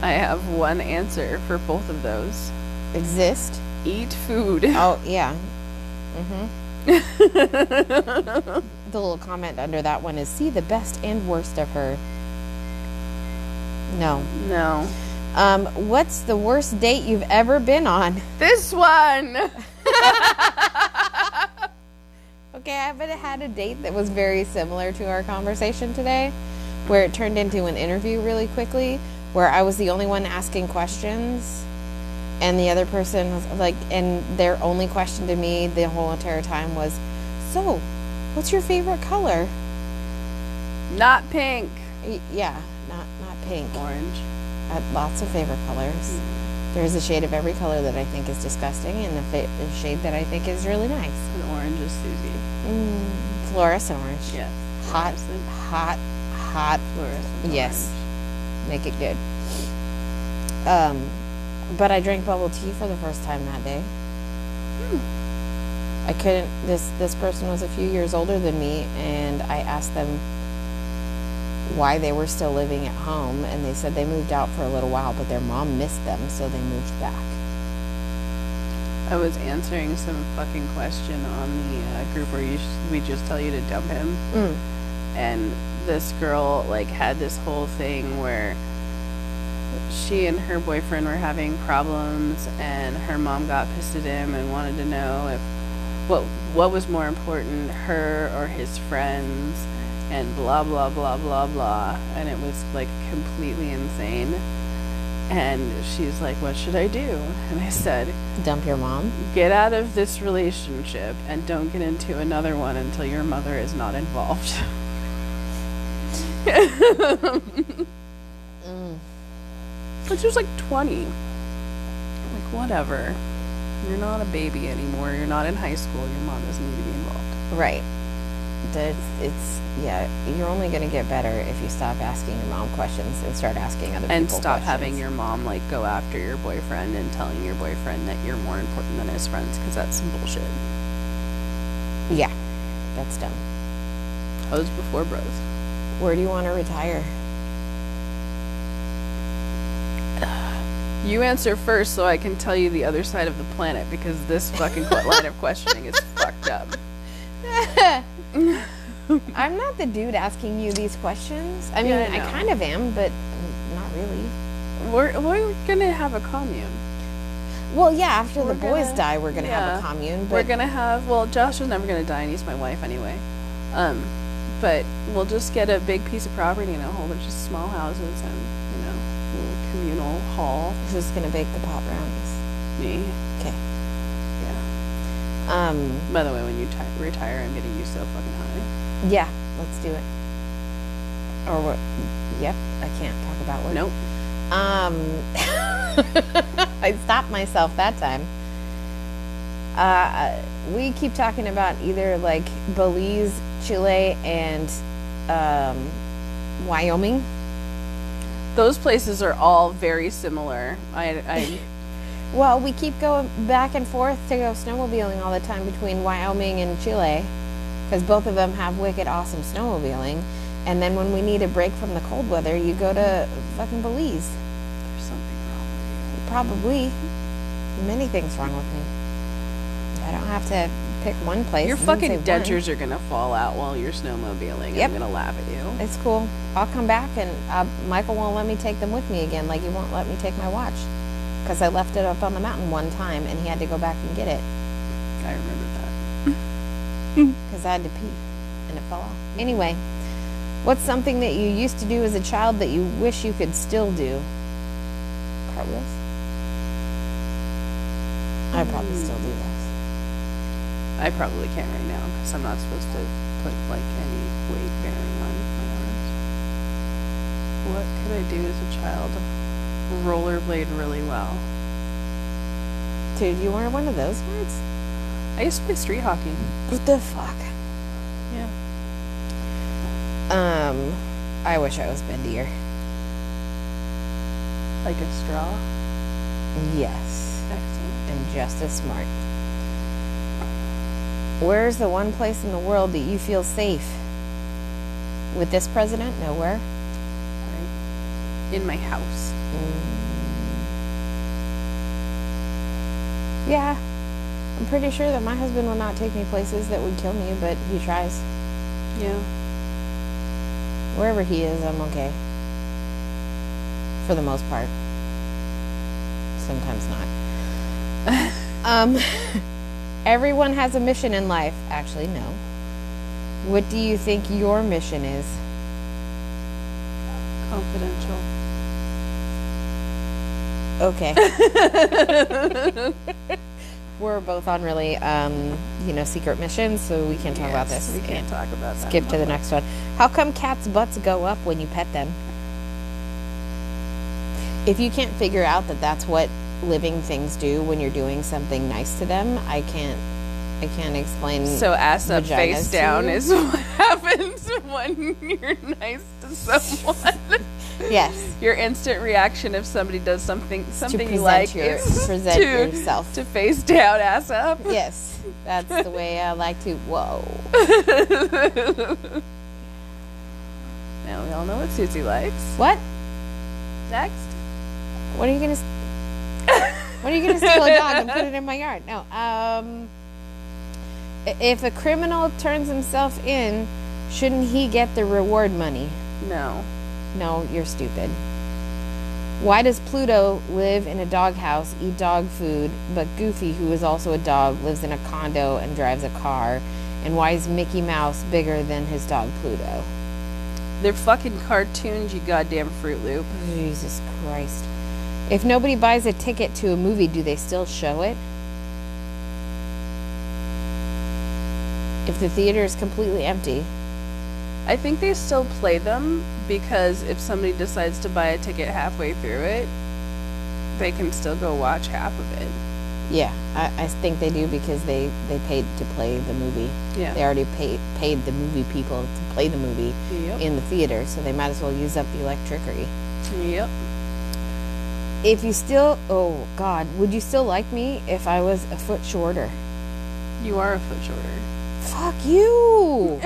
[SPEAKER 1] I have one answer for both of those
[SPEAKER 2] Exist?
[SPEAKER 1] eat food.
[SPEAKER 2] Oh yeah. Mm-hmm. the little comment under that one is see the best and worst of her. No.
[SPEAKER 1] No.
[SPEAKER 2] Um, what's the worst date you've ever been on?
[SPEAKER 1] This one!
[SPEAKER 2] Okay, I have had a date that was very similar to our conversation today, where it turned into an interview really quickly, where I was the only one asking questions, and the other person was like, and their only question to me the whole entire time was, "So, what's your favorite color?"
[SPEAKER 1] Not pink.
[SPEAKER 2] Y- Yeah, not not pink.
[SPEAKER 1] Orange.
[SPEAKER 2] Uh, lots of favorite colors. There is a shade of every color that I think is disgusting, and a, fa- a shade that I think is really nice.
[SPEAKER 1] An orange is Susie.
[SPEAKER 2] Mm, fluorescent orange.
[SPEAKER 1] Yes.
[SPEAKER 2] Hot,
[SPEAKER 1] Fluorescent.
[SPEAKER 2] hot, hot.
[SPEAKER 1] Fluorescent
[SPEAKER 2] Yes. Make it good. Um, but I drank bubble tea for the first time that day. I couldn't. This this person was a few years older than me, and I asked them why they were still living at home, and they said they moved out for a little while, but their mom missed them, so they moved back.
[SPEAKER 1] orange. I was answering some fucking question on the uh, group where you sh- we just tell you to dump him, and this girl like had this whole thing where she and her boyfriend were having problems, and her mom got pissed at him and wanted to know if what what was more important, her or his friends, and blah blah blah blah blah, and it was like completely insane. And she's like, "What should I do?" And I said,
[SPEAKER 2] Dump your mom.
[SPEAKER 1] "Get out of this relationship and don't get into another one until your mother is not involved." But she was like 20. Like whatever. You're not a baby anymore. You're not in high school. Your mom doesn't need to be involved.
[SPEAKER 2] Right. It's, it's yeah. You're only gonna get better if you stop asking your mom questions and start asking other
[SPEAKER 1] And
[SPEAKER 2] people.
[SPEAKER 1] stop
[SPEAKER 2] questions.
[SPEAKER 1] having your mom like go after your boyfriend and telling your boyfriend that you're more important than his friends because that's some bullshit.
[SPEAKER 2] Yeah, that's dumb.
[SPEAKER 1] Hoes before bros.
[SPEAKER 2] Where do you want to retire?
[SPEAKER 1] You answer first so I can tell you the other side of the planet because this fucking qu- line of questioning is fucked up.
[SPEAKER 2] I'm not the dude asking you these questions. I mean,
[SPEAKER 1] Yeah, I
[SPEAKER 2] I,
[SPEAKER 1] know.
[SPEAKER 2] kind of am, but not really.
[SPEAKER 1] We're, we're gonna have a commune.
[SPEAKER 2] Well, yeah, after the
[SPEAKER 1] We're
[SPEAKER 2] boys
[SPEAKER 1] gonna-
[SPEAKER 2] die, we're going to have
[SPEAKER 1] yeah.
[SPEAKER 2] a commune,
[SPEAKER 1] We're
[SPEAKER 2] but
[SPEAKER 1] gonna have well, Josh is never gonna die, and he's my wife anyway. Um, but we'll just get a big piece of property and a whole bunch of small houses and you know, little communal hall.
[SPEAKER 2] who's going to bake the pop brownies?
[SPEAKER 1] Me,
[SPEAKER 2] Okay.
[SPEAKER 1] yeah.
[SPEAKER 2] Um,
[SPEAKER 1] By the way, when you ti retire, I'm getting you so fucking high.
[SPEAKER 2] yeah, let's do it. Or what? Yep, I can't talk about what.
[SPEAKER 1] Nope.
[SPEAKER 2] Um, I stopped myself that time. Uh, we keep talking about either like Belize, Chile, and um, Wyoming.
[SPEAKER 1] Those places are all very similar. I, I
[SPEAKER 2] Well, we keep going back and forth to go snowmobiling all the time between Wyoming and Chile because both of them have wicked awesome snowmobiling. And then when we need a break from the cold weather, you go to fucking Belize.
[SPEAKER 1] there's something wrong.
[SPEAKER 2] Probably. Many things wrong with me. I don't have to pick one place.
[SPEAKER 1] Your
[SPEAKER 2] I didn't say
[SPEAKER 1] fucking
[SPEAKER 2] one.
[SPEAKER 1] dentures are gonna fall out while you're snowmobiling.
[SPEAKER 2] Yep.
[SPEAKER 1] I'm gonna laugh at you.
[SPEAKER 2] It's cool. I'll come back and uh, Michael won't let me take them with me again, like he won't let me take my watch. Because I left it up on the mountain one time and he had to go back and get it
[SPEAKER 1] I remember that.
[SPEAKER 2] because I had to pee and it fell off. Anyway, what's something that you used to do as a child that you wish you could still do? Cartwheels? I probably still do those.
[SPEAKER 1] I probably can't right now because I'm not supposed to put like any weight bearing on my arms. What could I do as a child? Rollerblade really well.
[SPEAKER 2] Dude, you were one of those nerds?
[SPEAKER 1] I used to play street hockey.
[SPEAKER 2] What the fuck?
[SPEAKER 1] Yeah.
[SPEAKER 2] Um, I wish I was bendier.
[SPEAKER 1] Like a straw.
[SPEAKER 2] Yes,
[SPEAKER 1] Excellent.
[SPEAKER 2] and just as smart. Where's the one place in the world that you feel safe? With this president? Nowhere.
[SPEAKER 1] Right. In my house.
[SPEAKER 2] Yeah. I'm pretty sure that my husband will not take me places that would kill me, but he tries.
[SPEAKER 1] Yeah.
[SPEAKER 2] Wherever he is, I'm okay. For the most part. Sometimes not. um, everyone has a mission in life. Actually, no. What do you think your mission is?
[SPEAKER 1] Confidential.
[SPEAKER 2] Okay. We're both on really, um, you know, secret missions, so we can't talk about
[SPEAKER 1] Yes,
[SPEAKER 2] this.
[SPEAKER 1] We can't talk about that.
[SPEAKER 2] Skip to the next one. How come cats' butts go up when you pet them? If you can't figure out that that's what living things do when you're doing something nice to them, I can't. I can't explain.
[SPEAKER 1] So ass up,
[SPEAKER 2] Vaginas
[SPEAKER 1] face down
[SPEAKER 2] too.
[SPEAKER 1] is what happens when you're nice to someone.
[SPEAKER 2] yes,
[SPEAKER 1] your instant reaction if somebody does something something you
[SPEAKER 2] present
[SPEAKER 1] like
[SPEAKER 2] your-
[SPEAKER 1] is
[SPEAKER 2] present
[SPEAKER 1] to,
[SPEAKER 2] yourself.
[SPEAKER 1] to face down ass up
[SPEAKER 2] yes, that's the way I like to. Whoa.
[SPEAKER 1] now we all know what susie likes
[SPEAKER 2] What?
[SPEAKER 1] next
[SPEAKER 2] What are you gonna? s- What are you gonna steal a dog and put it in my yard? No. Um. i- If a criminal turns himself in, shouldn't he get the reward money?
[SPEAKER 1] no
[SPEAKER 2] No, you're stupid. Why does Pluto live in a doghouse, eat dog food, but Goofy, who is also a dog, lives in a condo and drives a car? And why is Mickey Mouse bigger than his dog Pluto?
[SPEAKER 1] they're fucking cartoons you goddamn fruit loop
[SPEAKER 2] Jesus Christ. If nobody buys a ticket to a movie, do they still show it? If the theater is completely empty,
[SPEAKER 1] i think they still play them because if somebody decides to buy a ticket halfway through it they can still go watch half of it
[SPEAKER 2] yeah, I, I think they do because they, they paid to play the movie.
[SPEAKER 1] Yeah.
[SPEAKER 2] They already paid paid the movie people to play the movie
[SPEAKER 1] Yep.
[SPEAKER 2] in the theater, so they might as well use up the electricity.
[SPEAKER 1] yep
[SPEAKER 2] If you still, oh God, would you still like me if I was a foot shorter?
[SPEAKER 1] you are a foot shorter
[SPEAKER 2] Fuck you!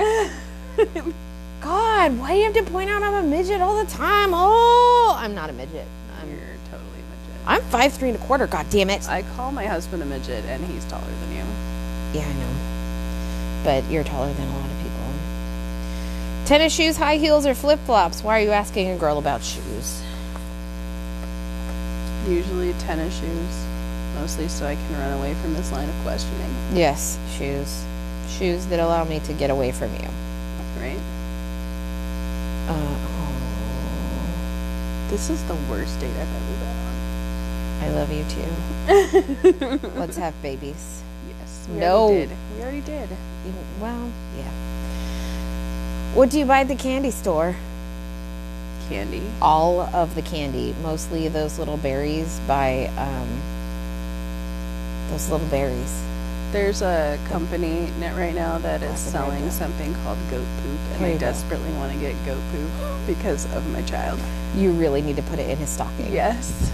[SPEAKER 2] God, why do you have to point out I'm a midget all the time? Oh, I'm not a midget.
[SPEAKER 1] you're totally a midget
[SPEAKER 2] I'm five three and a quarter. God damn it.
[SPEAKER 1] I call my husband a midget, and he's taller than you.
[SPEAKER 2] Yeah, I know. But you're taller than a lot of people. Tennis shoes, high heels, or flip flops? Why are you asking a girl about shoes?
[SPEAKER 1] Usually tennis shoes, mostly so I can run away from this line of questioning,
[SPEAKER 2] Yes, shoes. Shoes that allow me to get away from you.
[SPEAKER 1] right?
[SPEAKER 2] Uh, oh,
[SPEAKER 1] This is the worst date I've ever been on.
[SPEAKER 2] I love you too. Let's have babies.
[SPEAKER 1] Yes. We
[SPEAKER 2] No.
[SPEAKER 1] Already did. We already did.
[SPEAKER 2] You- Well, yeah. What do you buy at the candy store?
[SPEAKER 1] Candy.
[SPEAKER 2] All of the candy, mostly those little berries by um, those little berries.
[SPEAKER 1] There's a company n- right now that is selling something called goat poop, and
[SPEAKER 2] Here
[SPEAKER 1] I
[SPEAKER 2] you go.
[SPEAKER 1] desperately want to get goat poop because of my child.
[SPEAKER 2] You really need to put it in his stocking.
[SPEAKER 1] Yes.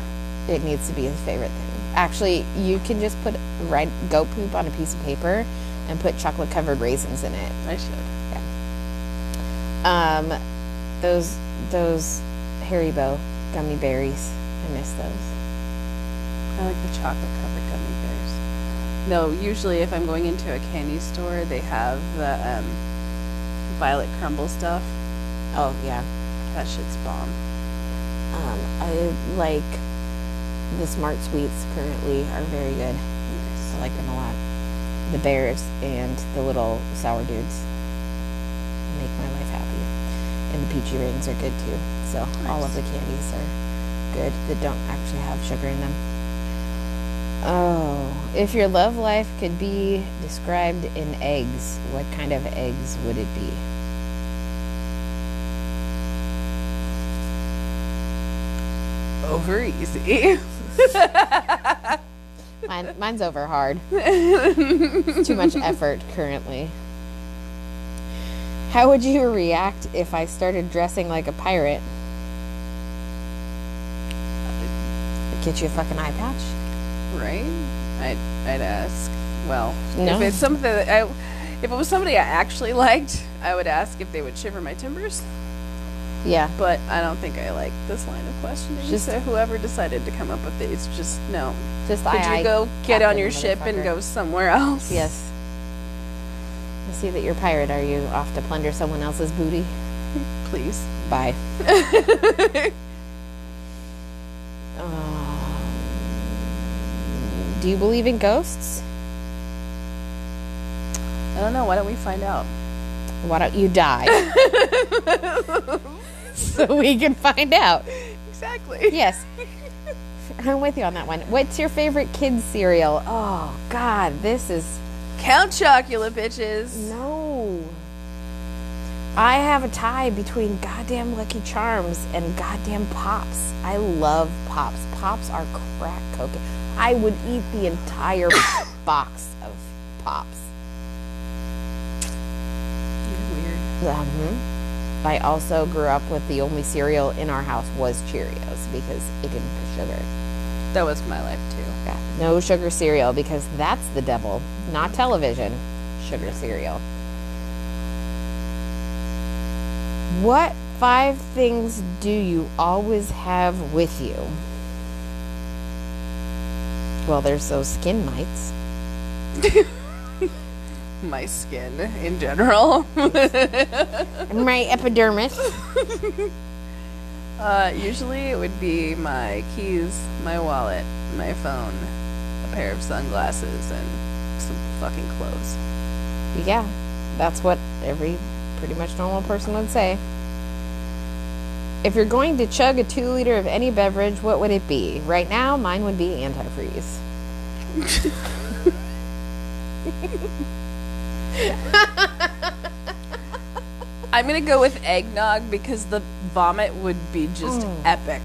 [SPEAKER 2] It needs to be his favorite thing. Actually, you can just put red goat poop on a piece of paper and put chocolate covered raisins in it.
[SPEAKER 1] I should.
[SPEAKER 2] Um, those those Haribo gummy berries. I miss those.
[SPEAKER 1] I like the chocolate covered gummy bears. No, usually if I'm going into a candy store, they have the um, violet crumble stuff.
[SPEAKER 2] Oh yeah.
[SPEAKER 1] That shit's bomb.
[SPEAKER 2] Um, I like the smart sweets. Currently, are very good. I like them a lot. The bears and the little sour dudes make my life happy. And the peachy rings are good too. So all of the candies are good that don't actually have sugar in them. Oh, if your love life could be described in eggs, what kind of eggs would it be?
[SPEAKER 1] Over easy.
[SPEAKER 2] Mine, mine's over hard. It's too much effort currently. How would you react if I started dressing like a pirate? Get you a fucking eye patch?
[SPEAKER 1] Right? I'd, I'd ask. Well,
[SPEAKER 2] No.
[SPEAKER 1] if it's something that I, if it was somebody I actually liked, I would ask if they would shiver my timbers.
[SPEAKER 2] Yeah.
[SPEAKER 1] But I don't think I like this line of questioning.
[SPEAKER 2] Just-
[SPEAKER 1] so whoever decided to come up with these, just no.
[SPEAKER 2] Just
[SPEAKER 1] Could
[SPEAKER 2] eye
[SPEAKER 1] you go get on your ship
[SPEAKER 2] captain,
[SPEAKER 1] and
[SPEAKER 2] motherfucker.
[SPEAKER 1] go somewhere else?
[SPEAKER 2] Yes. I see that you're a pirate. Are you off to plunder someone else's booty?
[SPEAKER 1] please.
[SPEAKER 2] Bye. Um, Uh, do you believe in ghosts?
[SPEAKER 1] I don't know. Why don't we find out?
[SPEAKER 2] Why don't you die? so we can find out.
[SPEAKER 1] Exactly.
[SPEAKER 2] Yes. I'm with you on that one. What's your favorite kids cereal? Oh god, this is
[SPEAKER 1] Count Chocula, bitches.
[SPEAKER 2] no. I have a tie between goddamn Lucky Charms and goddamn Pops. I love Pops. Pops are crack cocaine. I would eat the entire box of Pops.
[SPEAKER 1] Weird.
[SPEAKER 2] hmm I also grew up with the only cereal in our house was Cheerios because it didn't put sugar.
[SPEAKER 1] That was my life too.
[SPEAKER 2] Yeah, no sugar cereal because that's the devil, not television. Sugar cereal. What five things do you always have with you? Well, there's those skin mites.
[SPEAKER 1] My skin in general.
[SPEAKER 2] My epidermis.
[SPEAKER 1] Uh, usually it would be my keys, my wallet, my phone, a pair of sunglasses, and some fucking clothes.
[SPEAKER 2] Yeah, that's what every pretty much normal person would say. If you're going to chug a two liter of any beverage, what would it be? Right now, mine would be antifreeze.
[SPEAKER 1] I'm gonna go with eggnog because the vomit would be just epic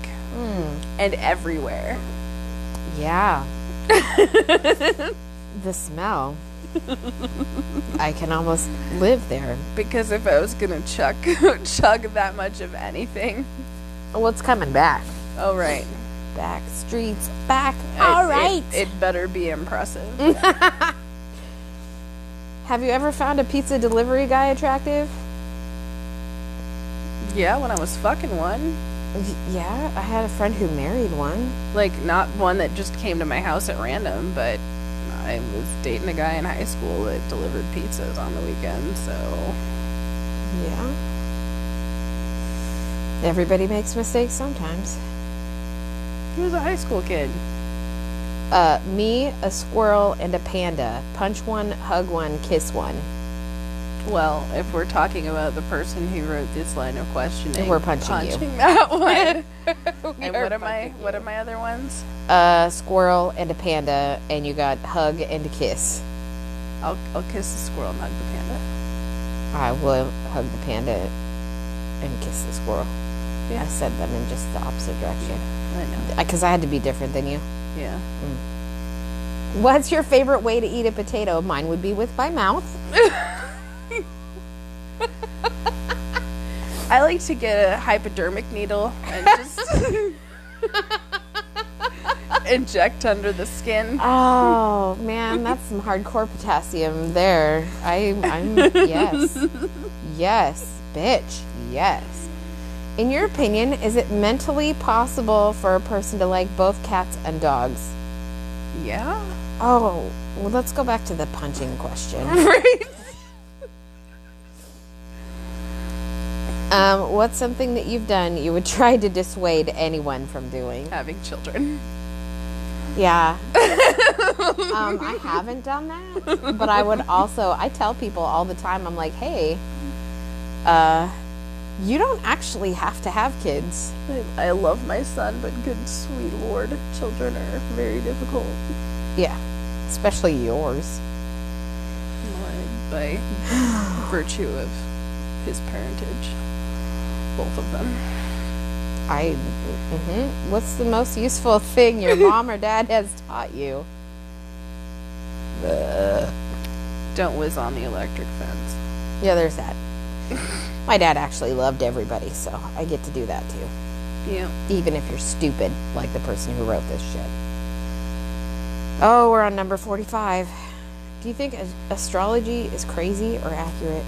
[SPEAKER 1] and everywhere.
[SPEAKER 2] Yeah. the smell. I can almost live there.
[SPEAKER 1] Because if I was gonna chuck chug that much of anything,
[SPEAKER 2] Well, it's coming back.
[SPEAKER 1] oh right,
[SPEAKER 2] Back streets, back.
[SPEAKER 1] It-
[SPEAKER 2] All
[SPEAKER 1] it-
[SPEAKER 2] right.
[SPEAKER 1] it, better be impressive.
[SPEAKER 2] Have you ever found a pizza delivery guy attractive?
[SPEAKER 1] yeah, when I was fucking one,
[SPEAKER 2] Y- Yeah, I had a friend who married one.
[SPEAKER 1] Like, not one that just came to my house at random, but I was dating a guy in high school that delivered pizzas on the weekend, so.
[SPEAKER 2] Yeah. Everybody makes mistakes sometimes.
[SPEAKER 1] He was a high school kid.
[SPEAKER 2] Uh, me, a squirrel, and a panda. Punch one, hug one, kiss one.
[SPEAKER 1] Well, if we're talking about the person who wrote this line of questioning,
[SPEAKER 2] We're punching you.
[SPEAKER 1] that one. and
[SPEAKER 2] are
[SPEAKER 1] what am I?
[SPEAKER 2] punching
[SPEAKER 1] What are my other ones?
[SPEAKER 2] A squirrel and a panda, and you got hug and a kiss.
[SPEAKER 1] I'll I'll kiss the squirrel, not the panda.
[SPEAKER 2] I will hug the panda and kiss the squirrel. I
[SPEAKER 1] Yeah,
[SPEAKER 2] said them in just the opposite direction.
[SPEAKER 1] I know.
[SPEAKER 2] Because I had to be different than you.
[SPEAKER 1] Yeah.
[SPEAKER 2] What's your favorite way to eat a potato? Mine would be with my mouth.
[SPEAKER 1] I like to get a hypodermic needle and just inject under the skin.
[SPEAKER 2] Oh man, that's some hardcore potassium there. I, I'm yes, yes, bitch, yes. In your opinion, is it mentally possible for a person to like both cats and dogs?
[SPEAKER 1] Yeah.
[SPEAKER 2] Oh, well, let's go back to the punching question.
[SPEAKER 1] Right.
[SPEAKER 2] Um, what's something that you've done you would try to dissuade anyone from doing?
[SPEAKER 1] Having children.
[SPEAKER 2] Yeah. um, I haven't done that, but I would also I tell people all the time I'm like, "Hey, uh you don't actually have to have kids."
[SPEAKER 1] I, I love my son, but good sweet lord, children are very difficult.
[SPEAKER 2] Yeah. Especially yours.
[SPEAKER 1] by virtue of his parentage. Both of them.
[SPEAKER 2] I mhm. What's the most useful thing your mom or dad has taught you?
[SPEAKER 1] Don't whiz on the electric fence.
[SPEAKER 2] Yeah, there's that. My dad actually loved everybody, so I get to do that too.
[SPEAKER 1] Yeah.
[SPEAKER 2] even if you're stupid, like the person who wrote this shit. Oh, we're on number 45. Do you think as- astrology is crazy or accurate?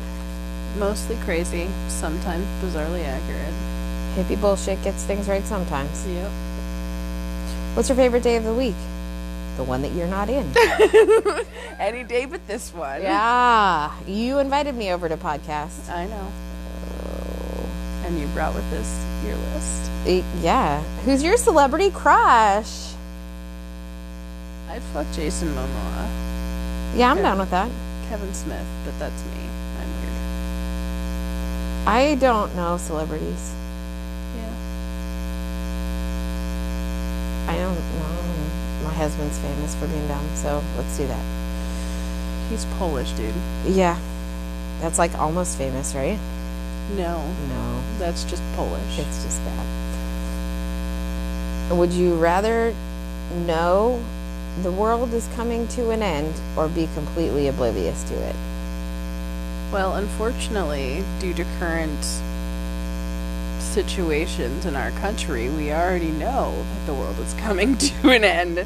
[SPEAKER 1] Mostly crazy, sometimes bizarrely accurate.
[SPEAKER 2] Hippie bullshit gets things right sometimes.
[SPEAKER 1] Yep.
[SPEAKER 2] What's your favorite day of the week? The one that you're not in.
[SPEAKER 1] Any day but this one.
[SPEAKER 2] yeah, you invited me over to podcast.
[SPEAKER 1] I know. And you brought with us your list.
[SPEAKER 2] Uh, yeah. Who's your celebrity crush?
[SPEAKER 1] I'd fuck Jason Momoa,
[SPEAKER 2] Yeah, I'm down with that.
[SPEAKER 1] Kevin Smith, but that's me. I'm weird.
[SPEAKER 2] I don't know celebrities.
[SPEAKER 1] Yeah.
[SPEAKER 2] I don't know. My husband's famous for being dumb, so let's do that.
[SPEAKER 1] He's Polish, dude.
[SPEAKER 2] Yeah. That's like almost famous, right?
[SPEAKER 1] No,
[SPEAKER 2] No.
[SPEAKER 1] that's just Polish.
[SPEAKER 2] It's just bad. Would you rather know the world is coming to an end or be completely oblivious to it?
[SPEAKER 1] Well, unfortunately, due to current situations in our country, we already know that the world is coming to an end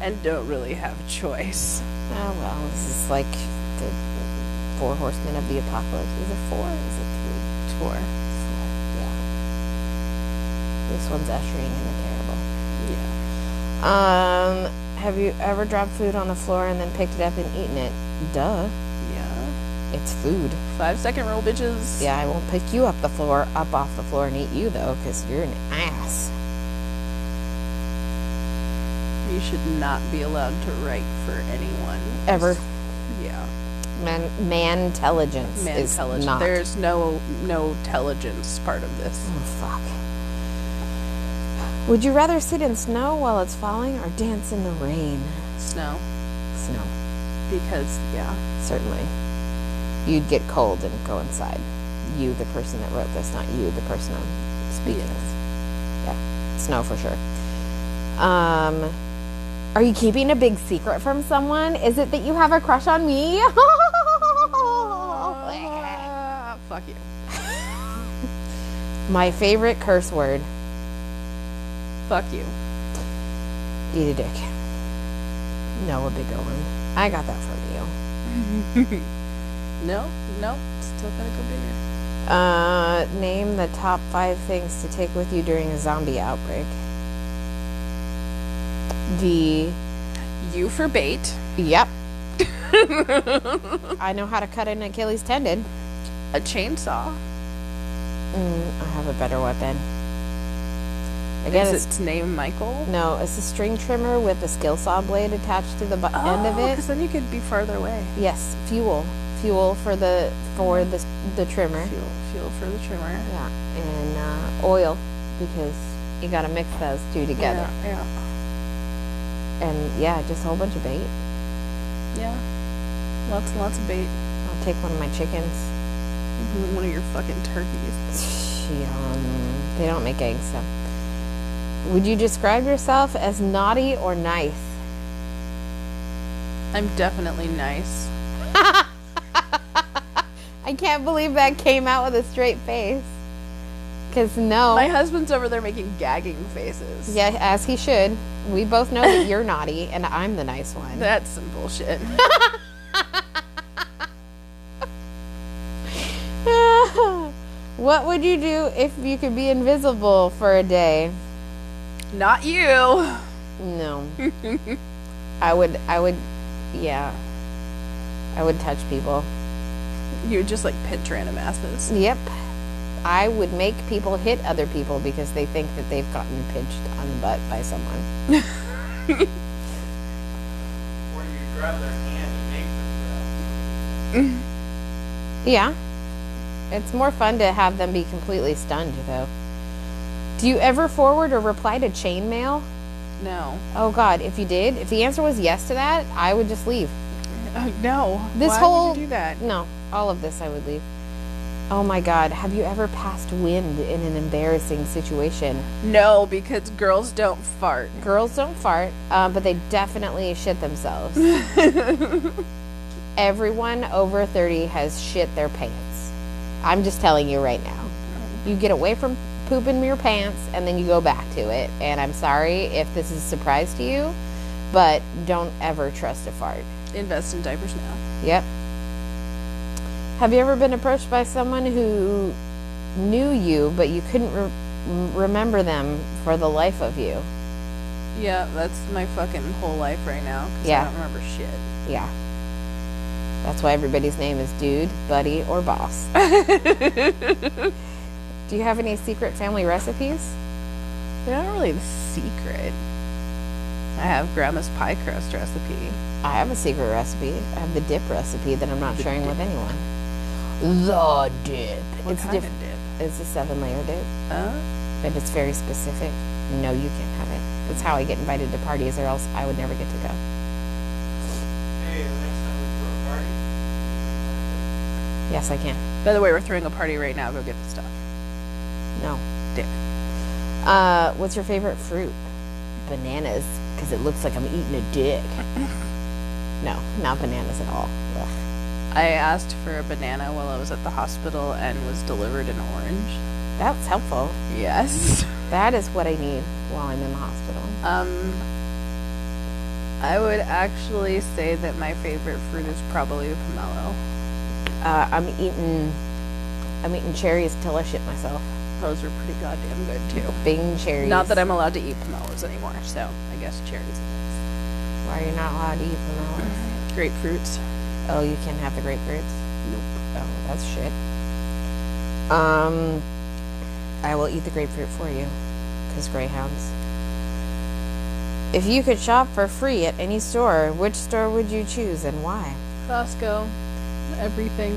[SPEAKER 1] and don't really have a choice.
[SPEAKER 2] Oh, well, this is like the four horsemen of the apocalypse. Is it four? Is it three?
[SPEAKER 1] Tour.
[SPEAKER 2] Yeah. This one's ushering in the terrible.
[SPEAKER 1] Yeah.
[SPEAKER 2] Um, have you ever dropped food on the floor and then picked it up and eaten it? Duh.
[SPEAKER 1] Yeah.
[SPEAKER 2] It's food.
[SPEAKER 1] Five second rule, bitches.
[SPEAKER 2] Yeah, I won't pick you up the floor, up off the floor, and eat you though, because you're an ass.
[SPEAKER 1] You should not be allowed to write for anyone.
[SPEAKER 2] Ever
[SPEAKER 1] Yeah.
[SPEAKER 2] man, man intelligence
[SPEAKER 1] Man
[SPEAKER 2] is
[SPEAKER 1] intelligence.
[SPEAKER 2] not.
[SPEAKER 1] There's no no intelligence part of this.
[SPEAKER 2] Oh, fuck. Would you rather sit in snow while it's falling or dance in the rain?
[SPEAKER 1] Snow.
[SPEAKER 2] Snow,
[SPEAKER 1] Because yeah.
[SPEAKER 2] certainly. You'd get cold and go inside. You, the person that wrote this, not you, the person I'm speaking of. Yeah, snow for sure. Um, are you keeping a big secret from someone? Is it that you have a crush on me? Oh,
[SPEAKER 1] Ah, fuck you.
[SPEAKER 2] My favorite curse word.
[SPEAKER 1] Fuck you.
[SPEAKER 2] Eat a dick. No, a bigger one. I got that from you.
[SPEAKER 1] No, no. Still gotta go bigger.
[SPEAKER 2] Uh, name the top five things to take with you during a zombie outbreak. The
[SPEAKER 1] You for bait.
[SPEAKER 2] yep. I know how to cut an Achilles tendon.
[SPEAKER 1] A chainsaw.
[SPEAKER 2] Mm, I have a better weapon. Again,
[SPEAKER 1] Is
[SPEAKER 2] it's,
[SPEAKER 1] its name Michael?
[SPEAKER 2] no, it's a string trimmer with a skill saw blade attached to the bu- end of it.
[SPEAKER 1] Because Oh, then you could be farther away.
[SPEAKER 2] Yes, fuel, fuel for the for the the trimmer.
[SPEAKER 1] Fuel, fuel for the trimmer.
[SPEAKER 2] Yeah, and uh, oil because you gotta mix those two together.
[SPEAKER 1] Yeah, yeah,
[SPEAKER 2] And yeah, just a whole bunch of bait.
[SPEAKER 1] yeah. Lots and lots of bait.
[SPEAKER 2] I'll take one of my chickens.
[SPEAKER 1] One of your fucking turkeys.
[SPEAKER 2] She, um, they don't make eggs, so. Would you describe yourself as naughty or nice?
[SPEAKER 1] I'm definitely nice.
[SPEAKER 2] I can't believe that came out with a straight face. Cause no,
[SPEAKER 1] My husband's over there making gagging faces.
[SPEAKER 2] Oh. yeah, as he should. We both know that you're naughty and I'm the nice one.
[SPEAKER 1] That's some bullshit.
[SPEAKER 2] what would you do if you could be invisible for a day?
[SPEAKER 1] Not you.
[SPEAKER 2] No. I would I would yeah. I would touch people.
[SPEAKER 1] You would just like pit Tranomasses.
[SPEAKER 2] Yep. I would make people hit other people because they think that they've gotten pinched on the butt by someone.
[SPEAKER 3] where you grab their hand and make them grab.
[SPEAKER 2] Yeah. It's more fun to have them be completely stunned though. Do you ever forward or reply to chain mail?
[SPEAKER 1] No.
[SPEAKER 2] Oh god, if you did, if the answer was yes to that, I would just leave.
[SPEAKER 1] Uh, no.
[SPEAKER 2] This
[SPEAKER 1] Why
[SPEAKER 2] whole
[SPEAKER 1] would you do that.
[SPEAKER 2] No, all of this I would leave. Oh my god, have you ever passed wind in an embarrassing situation?
[SPEAKER 1] No, because girls don't fart.
[SPEAKER 2] Girls don't fart, uh, but they definitely shit themselves. Everyone over 30 has shit their pants. I'm just telling you right now. You get away from pooping your pants and then you go back to it. And I'm sorry if this is a surprise to you, but don't ever trust a fart.
[SPEAKER 1] Invest in diapers now.
[SPEAKER 2] Yep. Have you ever been approached by someone who knew you, but you couldn't re- remember them for the life of you?
[SPEAKER 1] Yeah, that's my fucking whole life right now. 'cause
[SPEAKER 2] Yeah.
[SPEAKER 1] I don't remember shit.
[SPEAKER 2] Yeah. That's why everybody's name is dude, buddy, or boss. Do you have any secret family recipes?
[SPEAKER 1] They're not really the secret. I have grandma's pie crust recipe.
[SPEAKER 2] I have a secret recipe. I have the dip recipe that I'm not sharing with anyone. The dip.
[SPEAKER 1] What
[SPEAKER 2] it's
[SPEAKER 1] kind
[SPEAKER 2] diff-
[SPEAKER 1] of dip?
[SPEAKER 2] It's a seven layer dip.
[SPEAKER 1] Uh,
[SPEAKER 2] but it's very specific. No, you can't have it. That's how I get invited to parties, or else I would never get to go.
[SPEAKER 3] Hey, the next time we throw a party,
[SPEAKER 2] Yes, I can.
[SPEAKER 1] by the way, we're throwing a party right now. Go get the stuff.
[SPEAKER 2] No.
[SPEAKER 1] Dip.
[SPEAKER 2] Uh, what's your favorite fruit? Bananas, because it looks like I'm eating a dick. no, not bananas at all. Ugh.
[SPEAKER 1] I asked for a banana while I was at the hospital and was delivered an orange.
[SPEAKER 2] That's helpful.
[SPEAKER 1] Yes.
[SPEAKER 2] That is what I need while I'm in the hospital.
[SPEAKER 1] Um, I would actually say that my favorite fruit is probably a pomelo.
[SPEAKER 2] Uh, I'm eating, I'm eating cherries till I shit myself.
[SPEAKER 1] Those are pretty goddamn good too.
[SPEAKER 2] Bing cherries.
[SPEAKER 1] Not that I'm allowed to eat pomelos anymore, so I guess cherries.
[SPEAKER 2] Why are you not allowed to eat bananas?
[SPEAKER 1] Grapefruits.
[SPEAKER 2] Oh, you can't have the grapefruits? Nope. Oh, that's shit. Um, I will eat the grapefruit for you. Because greyhounds. If you could shop for free at any store, which store would you choose and why?
[SPEAKER 1] Costco. Everything.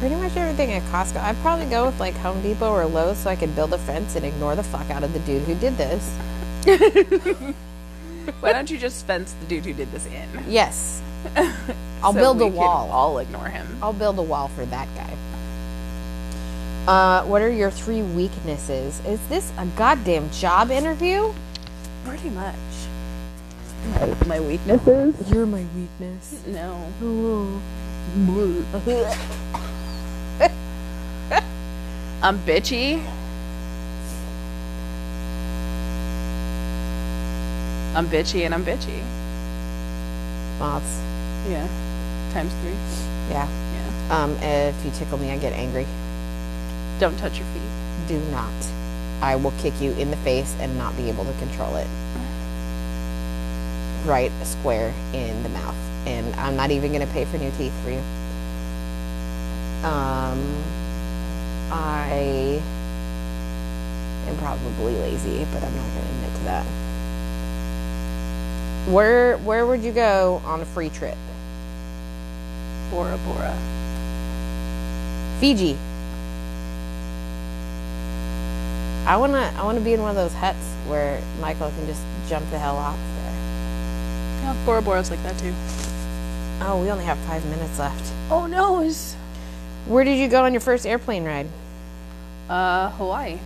[SPEAKER 2] Pretty much everything at Costco. I'd probably go with like Home Depot or Lowe's so I could build a fence and ignore the fuck out of the dude who did this.
[SPEAKER 1] Why don't you just fence the dude who did this in?
[SPEAKER 2] Yes. I'll
[SPEAKER 1] So
[SPEAKER 2] build a
[SPEAKER 1] we can
[SPEAKER 2] wall.
[SPEAKER 1] all ignore him.
[SPEAKER 2] I'll build a wall for that guy. Uh, what are your three weaknesses? Is this a goddamn job interview?
[SPEAKER 1] Pretty much. My, weaknesses?
[SPEAKER 2] You're my weakness.
[SPEAKER 1] No. I'm bitchy. I'm bitchy and I'm bitchy.
[SPEAKER 2] Moths.
[SPEAKER 1] Yeah. Times three.
[SPEAKER 2] Yeah.
[SPEAKER 1] Yeah.
[SPEAKER 2] Um, if you tickle me, I get angry.
[SPEAKER 1] Don't touch your feet.
[SPEAKER 2] Do not. I will kick you in the face and not be able to control it. Right square in the mouth. And I'm not even going to pay for new teeth for you. Um, I am probably lazy, but I'm not going to admit to that. Where where would you go on a free trip?
[SPEAKER 1] Bora Bora.
[SPEAKER 2] Fiji. I wanna I wanna be in one of those huts where Michael can just jump the hell off there.
[SPEAKER 1] Yeah, Bora Bora's like that too.
[SPEAKER 2] Oh, we only have five minutes left.
[SPEAKER 1] Oh no, it's
[SPEAKER 2] Where did you go on your first airplane ride?
[SPEAKER 1] uh Hawaii.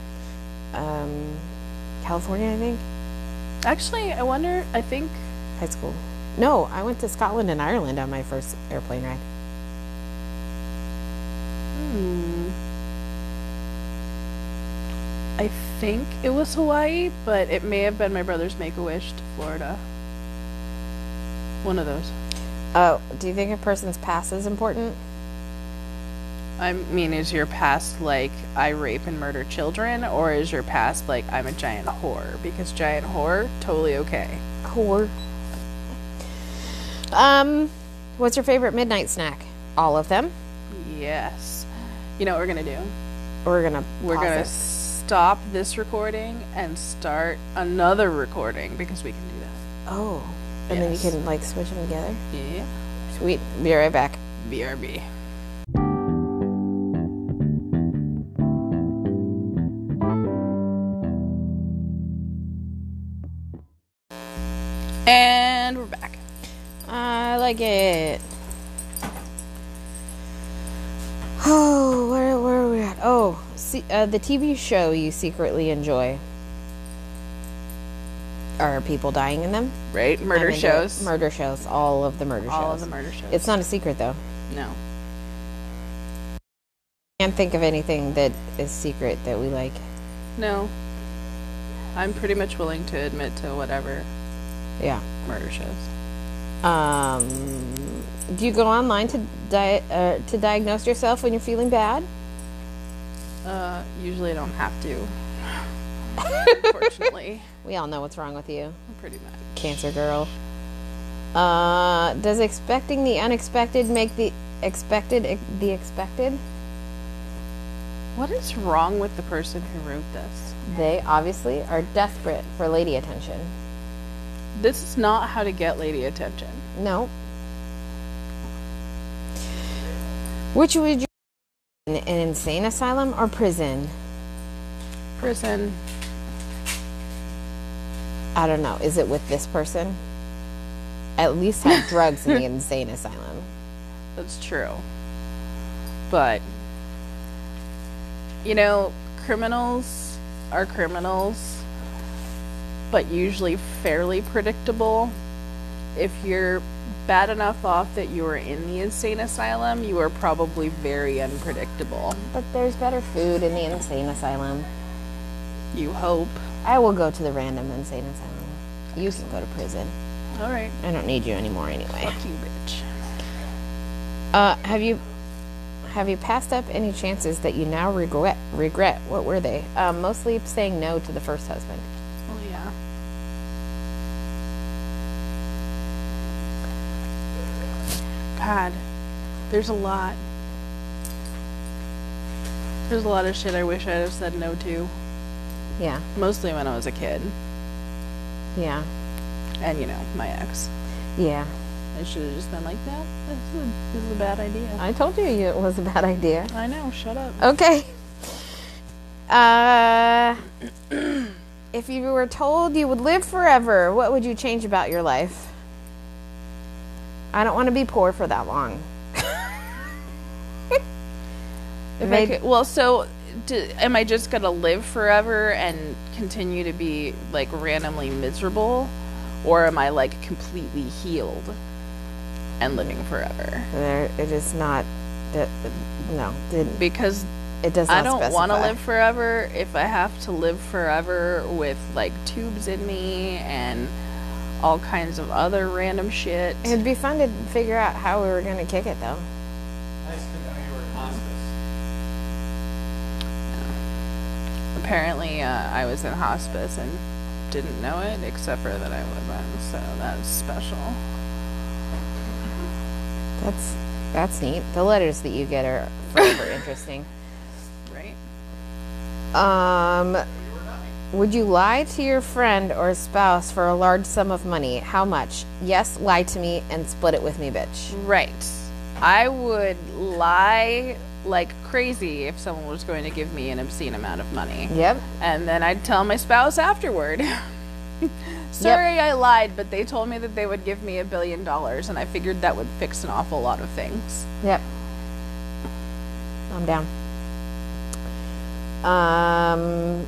[SPEAKER 2] Um, California, I think.
[SPEAKER 1] Actually, I wonder. I think
[SPEAKER 2] High school. No, I went to Scotland and Ireland on my first airplane ride.
[SPEAKER 1] I think it was Hawaii, but it may have been my brother's Make a Wish to Florida. One of those.
[SPEAKER 2] Oh, do you think a person's past is important?
[SPEAKER 1] I mean, is your past like I rape and murder children, or is your past like I'm a giant whore? Because giant whore, totally okay.
[SPEAKER 2] Whore. Um, what's your favorite midnight snack? All of them.
[SPEAKER 1] Yes. You know what we're gonna do?
[SPEAKER 2] We're gonna.
[SPEAKER 1] We're
[SPEAKER 2] pause
[SPEAKER 1] gonna
[SPEAKER 2] it.
[SPEAKER 1] stop this recording and start another recording because we can do that.
[SPEAKER 2] Oh. And
[SPEAKER 1] Yes.
[SPEAKER 2] then you can like switch them together.
[SPEAKER 1] Yeah.
[SPEAKER 2] Sweet. Be right back.
[SPEAKER 1] BRB. And we're back.
[SPEAKER 2] I like it. Oh, where where are we at? Oh, see, uh, the TV show you secretly enjoy. Are people dying in them?
[SPEAKER 1] Right? Murder
[SPEAKER 2] I'm into it.
[SPEAKER 1] shows.
[SPEAKER 2] Murder shows. All of the murder shows.
[SPEAKER 1] All of the murder shows.
[SPEAKER 2] It's not a secret though.
[SPEAKER 1] no.
[SPEAKER 2] Can't think of anything that is secret that we like.
[SPEAKER 1] No. I'm pretty much willing to admit to whatever
[SPEAKER 2] Yeah.
[SPEAKER 1] murder shows.
[SPEAKER 2] Um, do you go online to di- uh, to diagnose yourself when you're feeling bad?
[SPEAKER 1] Uh, usually I don't have to. Unfortunately.
[SPEAKER 2] We all know what's wrong with you.
[SPEAKER 1] Pretty much.
[SPEAKER 2] cancer girl. Uh, does expecting the unexpected make the expected ex- the expected?
[SPEAKER 1] What is wrong with the person who wrote this?
[SPEAKER 2] They obviously are desperate for lady attention.
[SPEAKER 1] This is not how to get lady attention.
[SPEAKER 2] No. Which would you in an insane asylum or prison?
[SPEAKER 1] Prison.
[SPEAKER 2] I don't know. Is it with this person? At least have drugs in the insane asylum.
[SPEAKER 1] That's true. But you know, criminals are criminals, but usually fairly predictable. If you're bad enough off that you are in the insane asylum, you are probably very unpredictable.
[SPEAKER 2] But there's better food in the insane asylum.
[SPEAKER 1] You hope.
[SPEAKER 2] I will go to the random insane asylum. You can go to prison.
[SPEAKER 1] All right.
[SPEAKER 2] I don't need you anymore anyway.
[SPEAKER 1] Fuck you, bitch.
[SPEAKER 2] Uh, have you have you passed up any chances that you now regret? Regret? What were they? Um, mostly saying no to the first husband.
[SPEAKER 1] Oh yeah. God, there's a lot. There's a lot of shit I wish I'd have said no to.
[SPEAKER 2] Yeah,
[SPEAKER 1] Mostly when I was a kid,
[SPEAKER 2] yeah,
[SPEAKER 1] and you know my ex.
[SPEAKER 2] yeah.
[SPEAKER 1] I should have just been like that. This is, this is a bad idea.
[SPEAKER 2] I told you it was a bad idea.
[SPEAKER 1] I know. Shut up.
[SPEAKER 2] Okay. Uh, if you were told you would live forever, what would you change about your life? I don't want to be poor for that long.
[SPEAKER 1] If I
[SPEAKER 2] Maybe-
[SPEAKER 1] could, well, so do, am I just gonna live forever and continue to be like randomly miserable, or am I like completely healed and living forever?
[SPEAKER 2] There, it is not. It, no, it,
[SPEAKER 1] Because
[SPEAKER 2] it does not
[SPEAKER 1] I don't want to
[SPEAKER 2] specify.
[SPEAKER 1] live forever if I have to live forever with like tubes in me and all kinds of other random shit.
[SPEAKER 2] It'd be fun to figure out how we were going to kick it, though.
[SPEAKER 3] I spent, I
[SPEAKER 1] apparently uh, I was in hospice and didn't know it, except for that I wasn't. So that's special.
[SPEAKER 2] That's that's neat. The letters that you get are forever interesting.
[SPEAKER 1] Right?
[SPEAKER 2] Um, would you lie to your friend or spouse for a large sum of money? How much? Yes, lie to me and split it with me, bitch.
[SPEAKER 1] Right. I would lie like crazy if someone was going to give me an obscene amount of money.
[SPEAKER 2] Yep.
[SPEAKER 1] And then I'd tell my spouse afterward. Sorry, I lied, but they told me that they would give me a billion dollars, and I figured that would fix an awful lot of things.
[SPEAKER 2] Yep. I'm down. Um,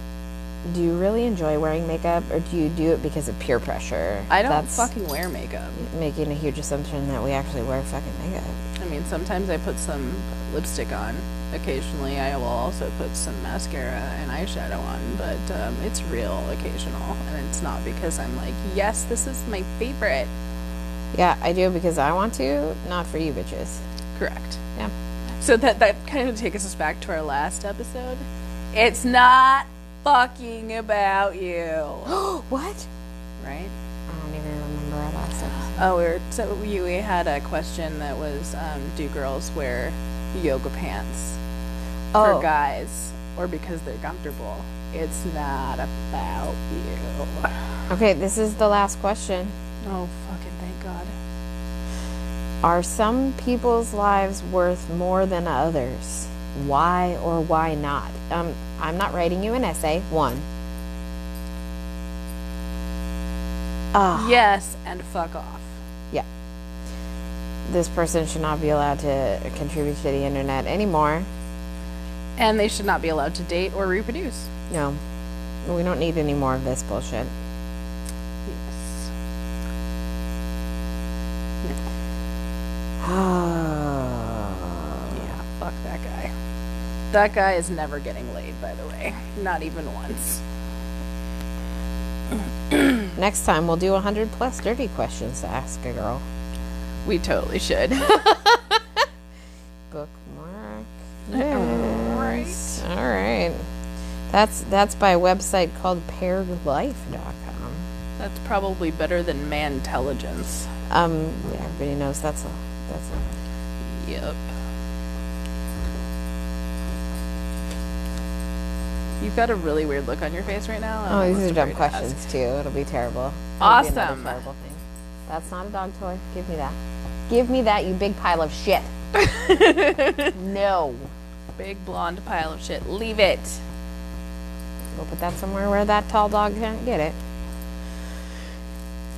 [SPEAKER 2] do you really enjoy wearing makeup, or do you do it because of peer pressure?
[SPEAKER 1] I don't
[SPEAKER 2] That's
[SPEAKER 1] fucking wear makeup.
[SPEAKER 2] making a huge assumption that we actually wear fucking makeup.
[SPEAKER 1] I mean, sometimes I put some lipstick on. Occasionally, I will also put some mascara and eyeshadow on, but um, it's real occasional, and it's not because I'm like, yes, this is my favorite.
[SPEAKER 2] Yeah, I do it because I want to, not for you bitches.
[SPEAKER 1] Correct.
[SPEAKER 2] Yeah.
[SPEAKER 1] So that that kind of takes us back to our last episode. It's not fucking about you,
[SPEAKER 2] what?
[SPEAKER 1] right?
[SPEAKER 2] I don't even remember our last episode.
[SPEAKER 1] Oh, we were so we, we had a question that was, um, do girls wear yoga pants
[SPEAKER 2] Oh,
[SPEAKER 1] for guys or because they're comfortable? It's not about you.
[SPEAKER 2] Okay, this is the last question.
[SPEAKER 1] Oh fucking thank God.
[SPEAKER 2] Are some people's lives worth more than others? Why or why not? Um, I'm not writing you an essay. One. Ah,
[SPEAKER 1] Yes, and fuck off.
[SPEAKER 2] this person should not be allowed to contribute to the internet anymore.
[SPEAKER 1] And they should not be allowed to date or reproduce.
[SPEAKER 2] No, we don't need any more of this bullshit.
[SPEAKER 1] Yes. Yeah, fuck that guy. That guy is never getting laid, by the way. Not even once.
[SPEAKER 2] Next time we'll do 100 plus dirty questions to ask a girl.
[SPEAKER 1] We totally should.
[SPEAKER 2] Bookmark. Yes. All right. That's that's by a website called pairedlife.com.
[SPEAKER 1] That's probably better than mantelligence.
[SPEAKER 2] Um, yeah, everybody knows that's a that's a,
[SPEAKER 1] Yep. You've got a really weird look on your face right now. I
[SPEAKER 2] oh,
[SPEAKER 1] don't
[SPEAKER 2] these
[SPEAKER 1] know
[SPEAKER 2] are
[SPEAKER 1] what's
[SPEAKER 2] dumb
[SPEAKER 1] appropriate to ask.
[SPEAKER 2] questions too. It'll be terrible. It'll be another
[SPEAKER 1] Awesome.
[SPEAKER 2] terrible thing. That's not a dog toy. Give me that. Give me that, you big pile of shit. no.
[SPEAKER 1] Big blonde pile of shit. Leave it.
[SPEAKER 2] We'll put that somewhere where that tall dog can't get it.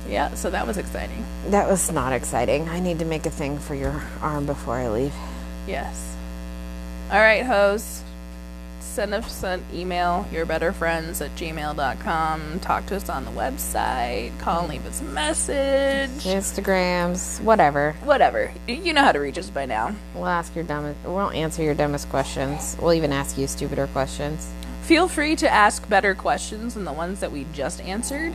[SPEAKER 1] Yeah, so that was exciting.
[SPEAKER 2] That was not exciting. I need to make a thing for your arm before I leave.
[SPEAKER 1] Yes. All right, hoes. Send us an email, yourbetterfriends at gmail.com. Talk to us on the website. Call and leave us a message.
[SPEAKER 2] Instagrams, whatever.
[SPEAKER 1] Whatever. Y- You know how to reach us by now.
[SPEAKER 2] We'll ask your dumbest. We'll answer your dumbest questions. We'll even ask you stupider questions.
[SPEAKER 1] Feel free to ask better questions than the ones that we just answered.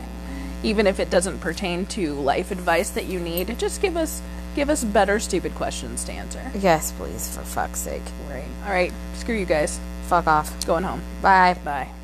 [SPEAKER 1] Even if it doesn't pertain to life advice that you need, just give us give us better stupid questions to answer.
[SPEAKER 2] Yes, please, for fuck's sake.
[SPEAKER 1] Right. All right. Screw you guys.
[SPEAKER 2] Fuck off.
[SPEAKER 1] It's going home.
[SPEAKER 2] Bye.
[SPEAKER 1] Bye.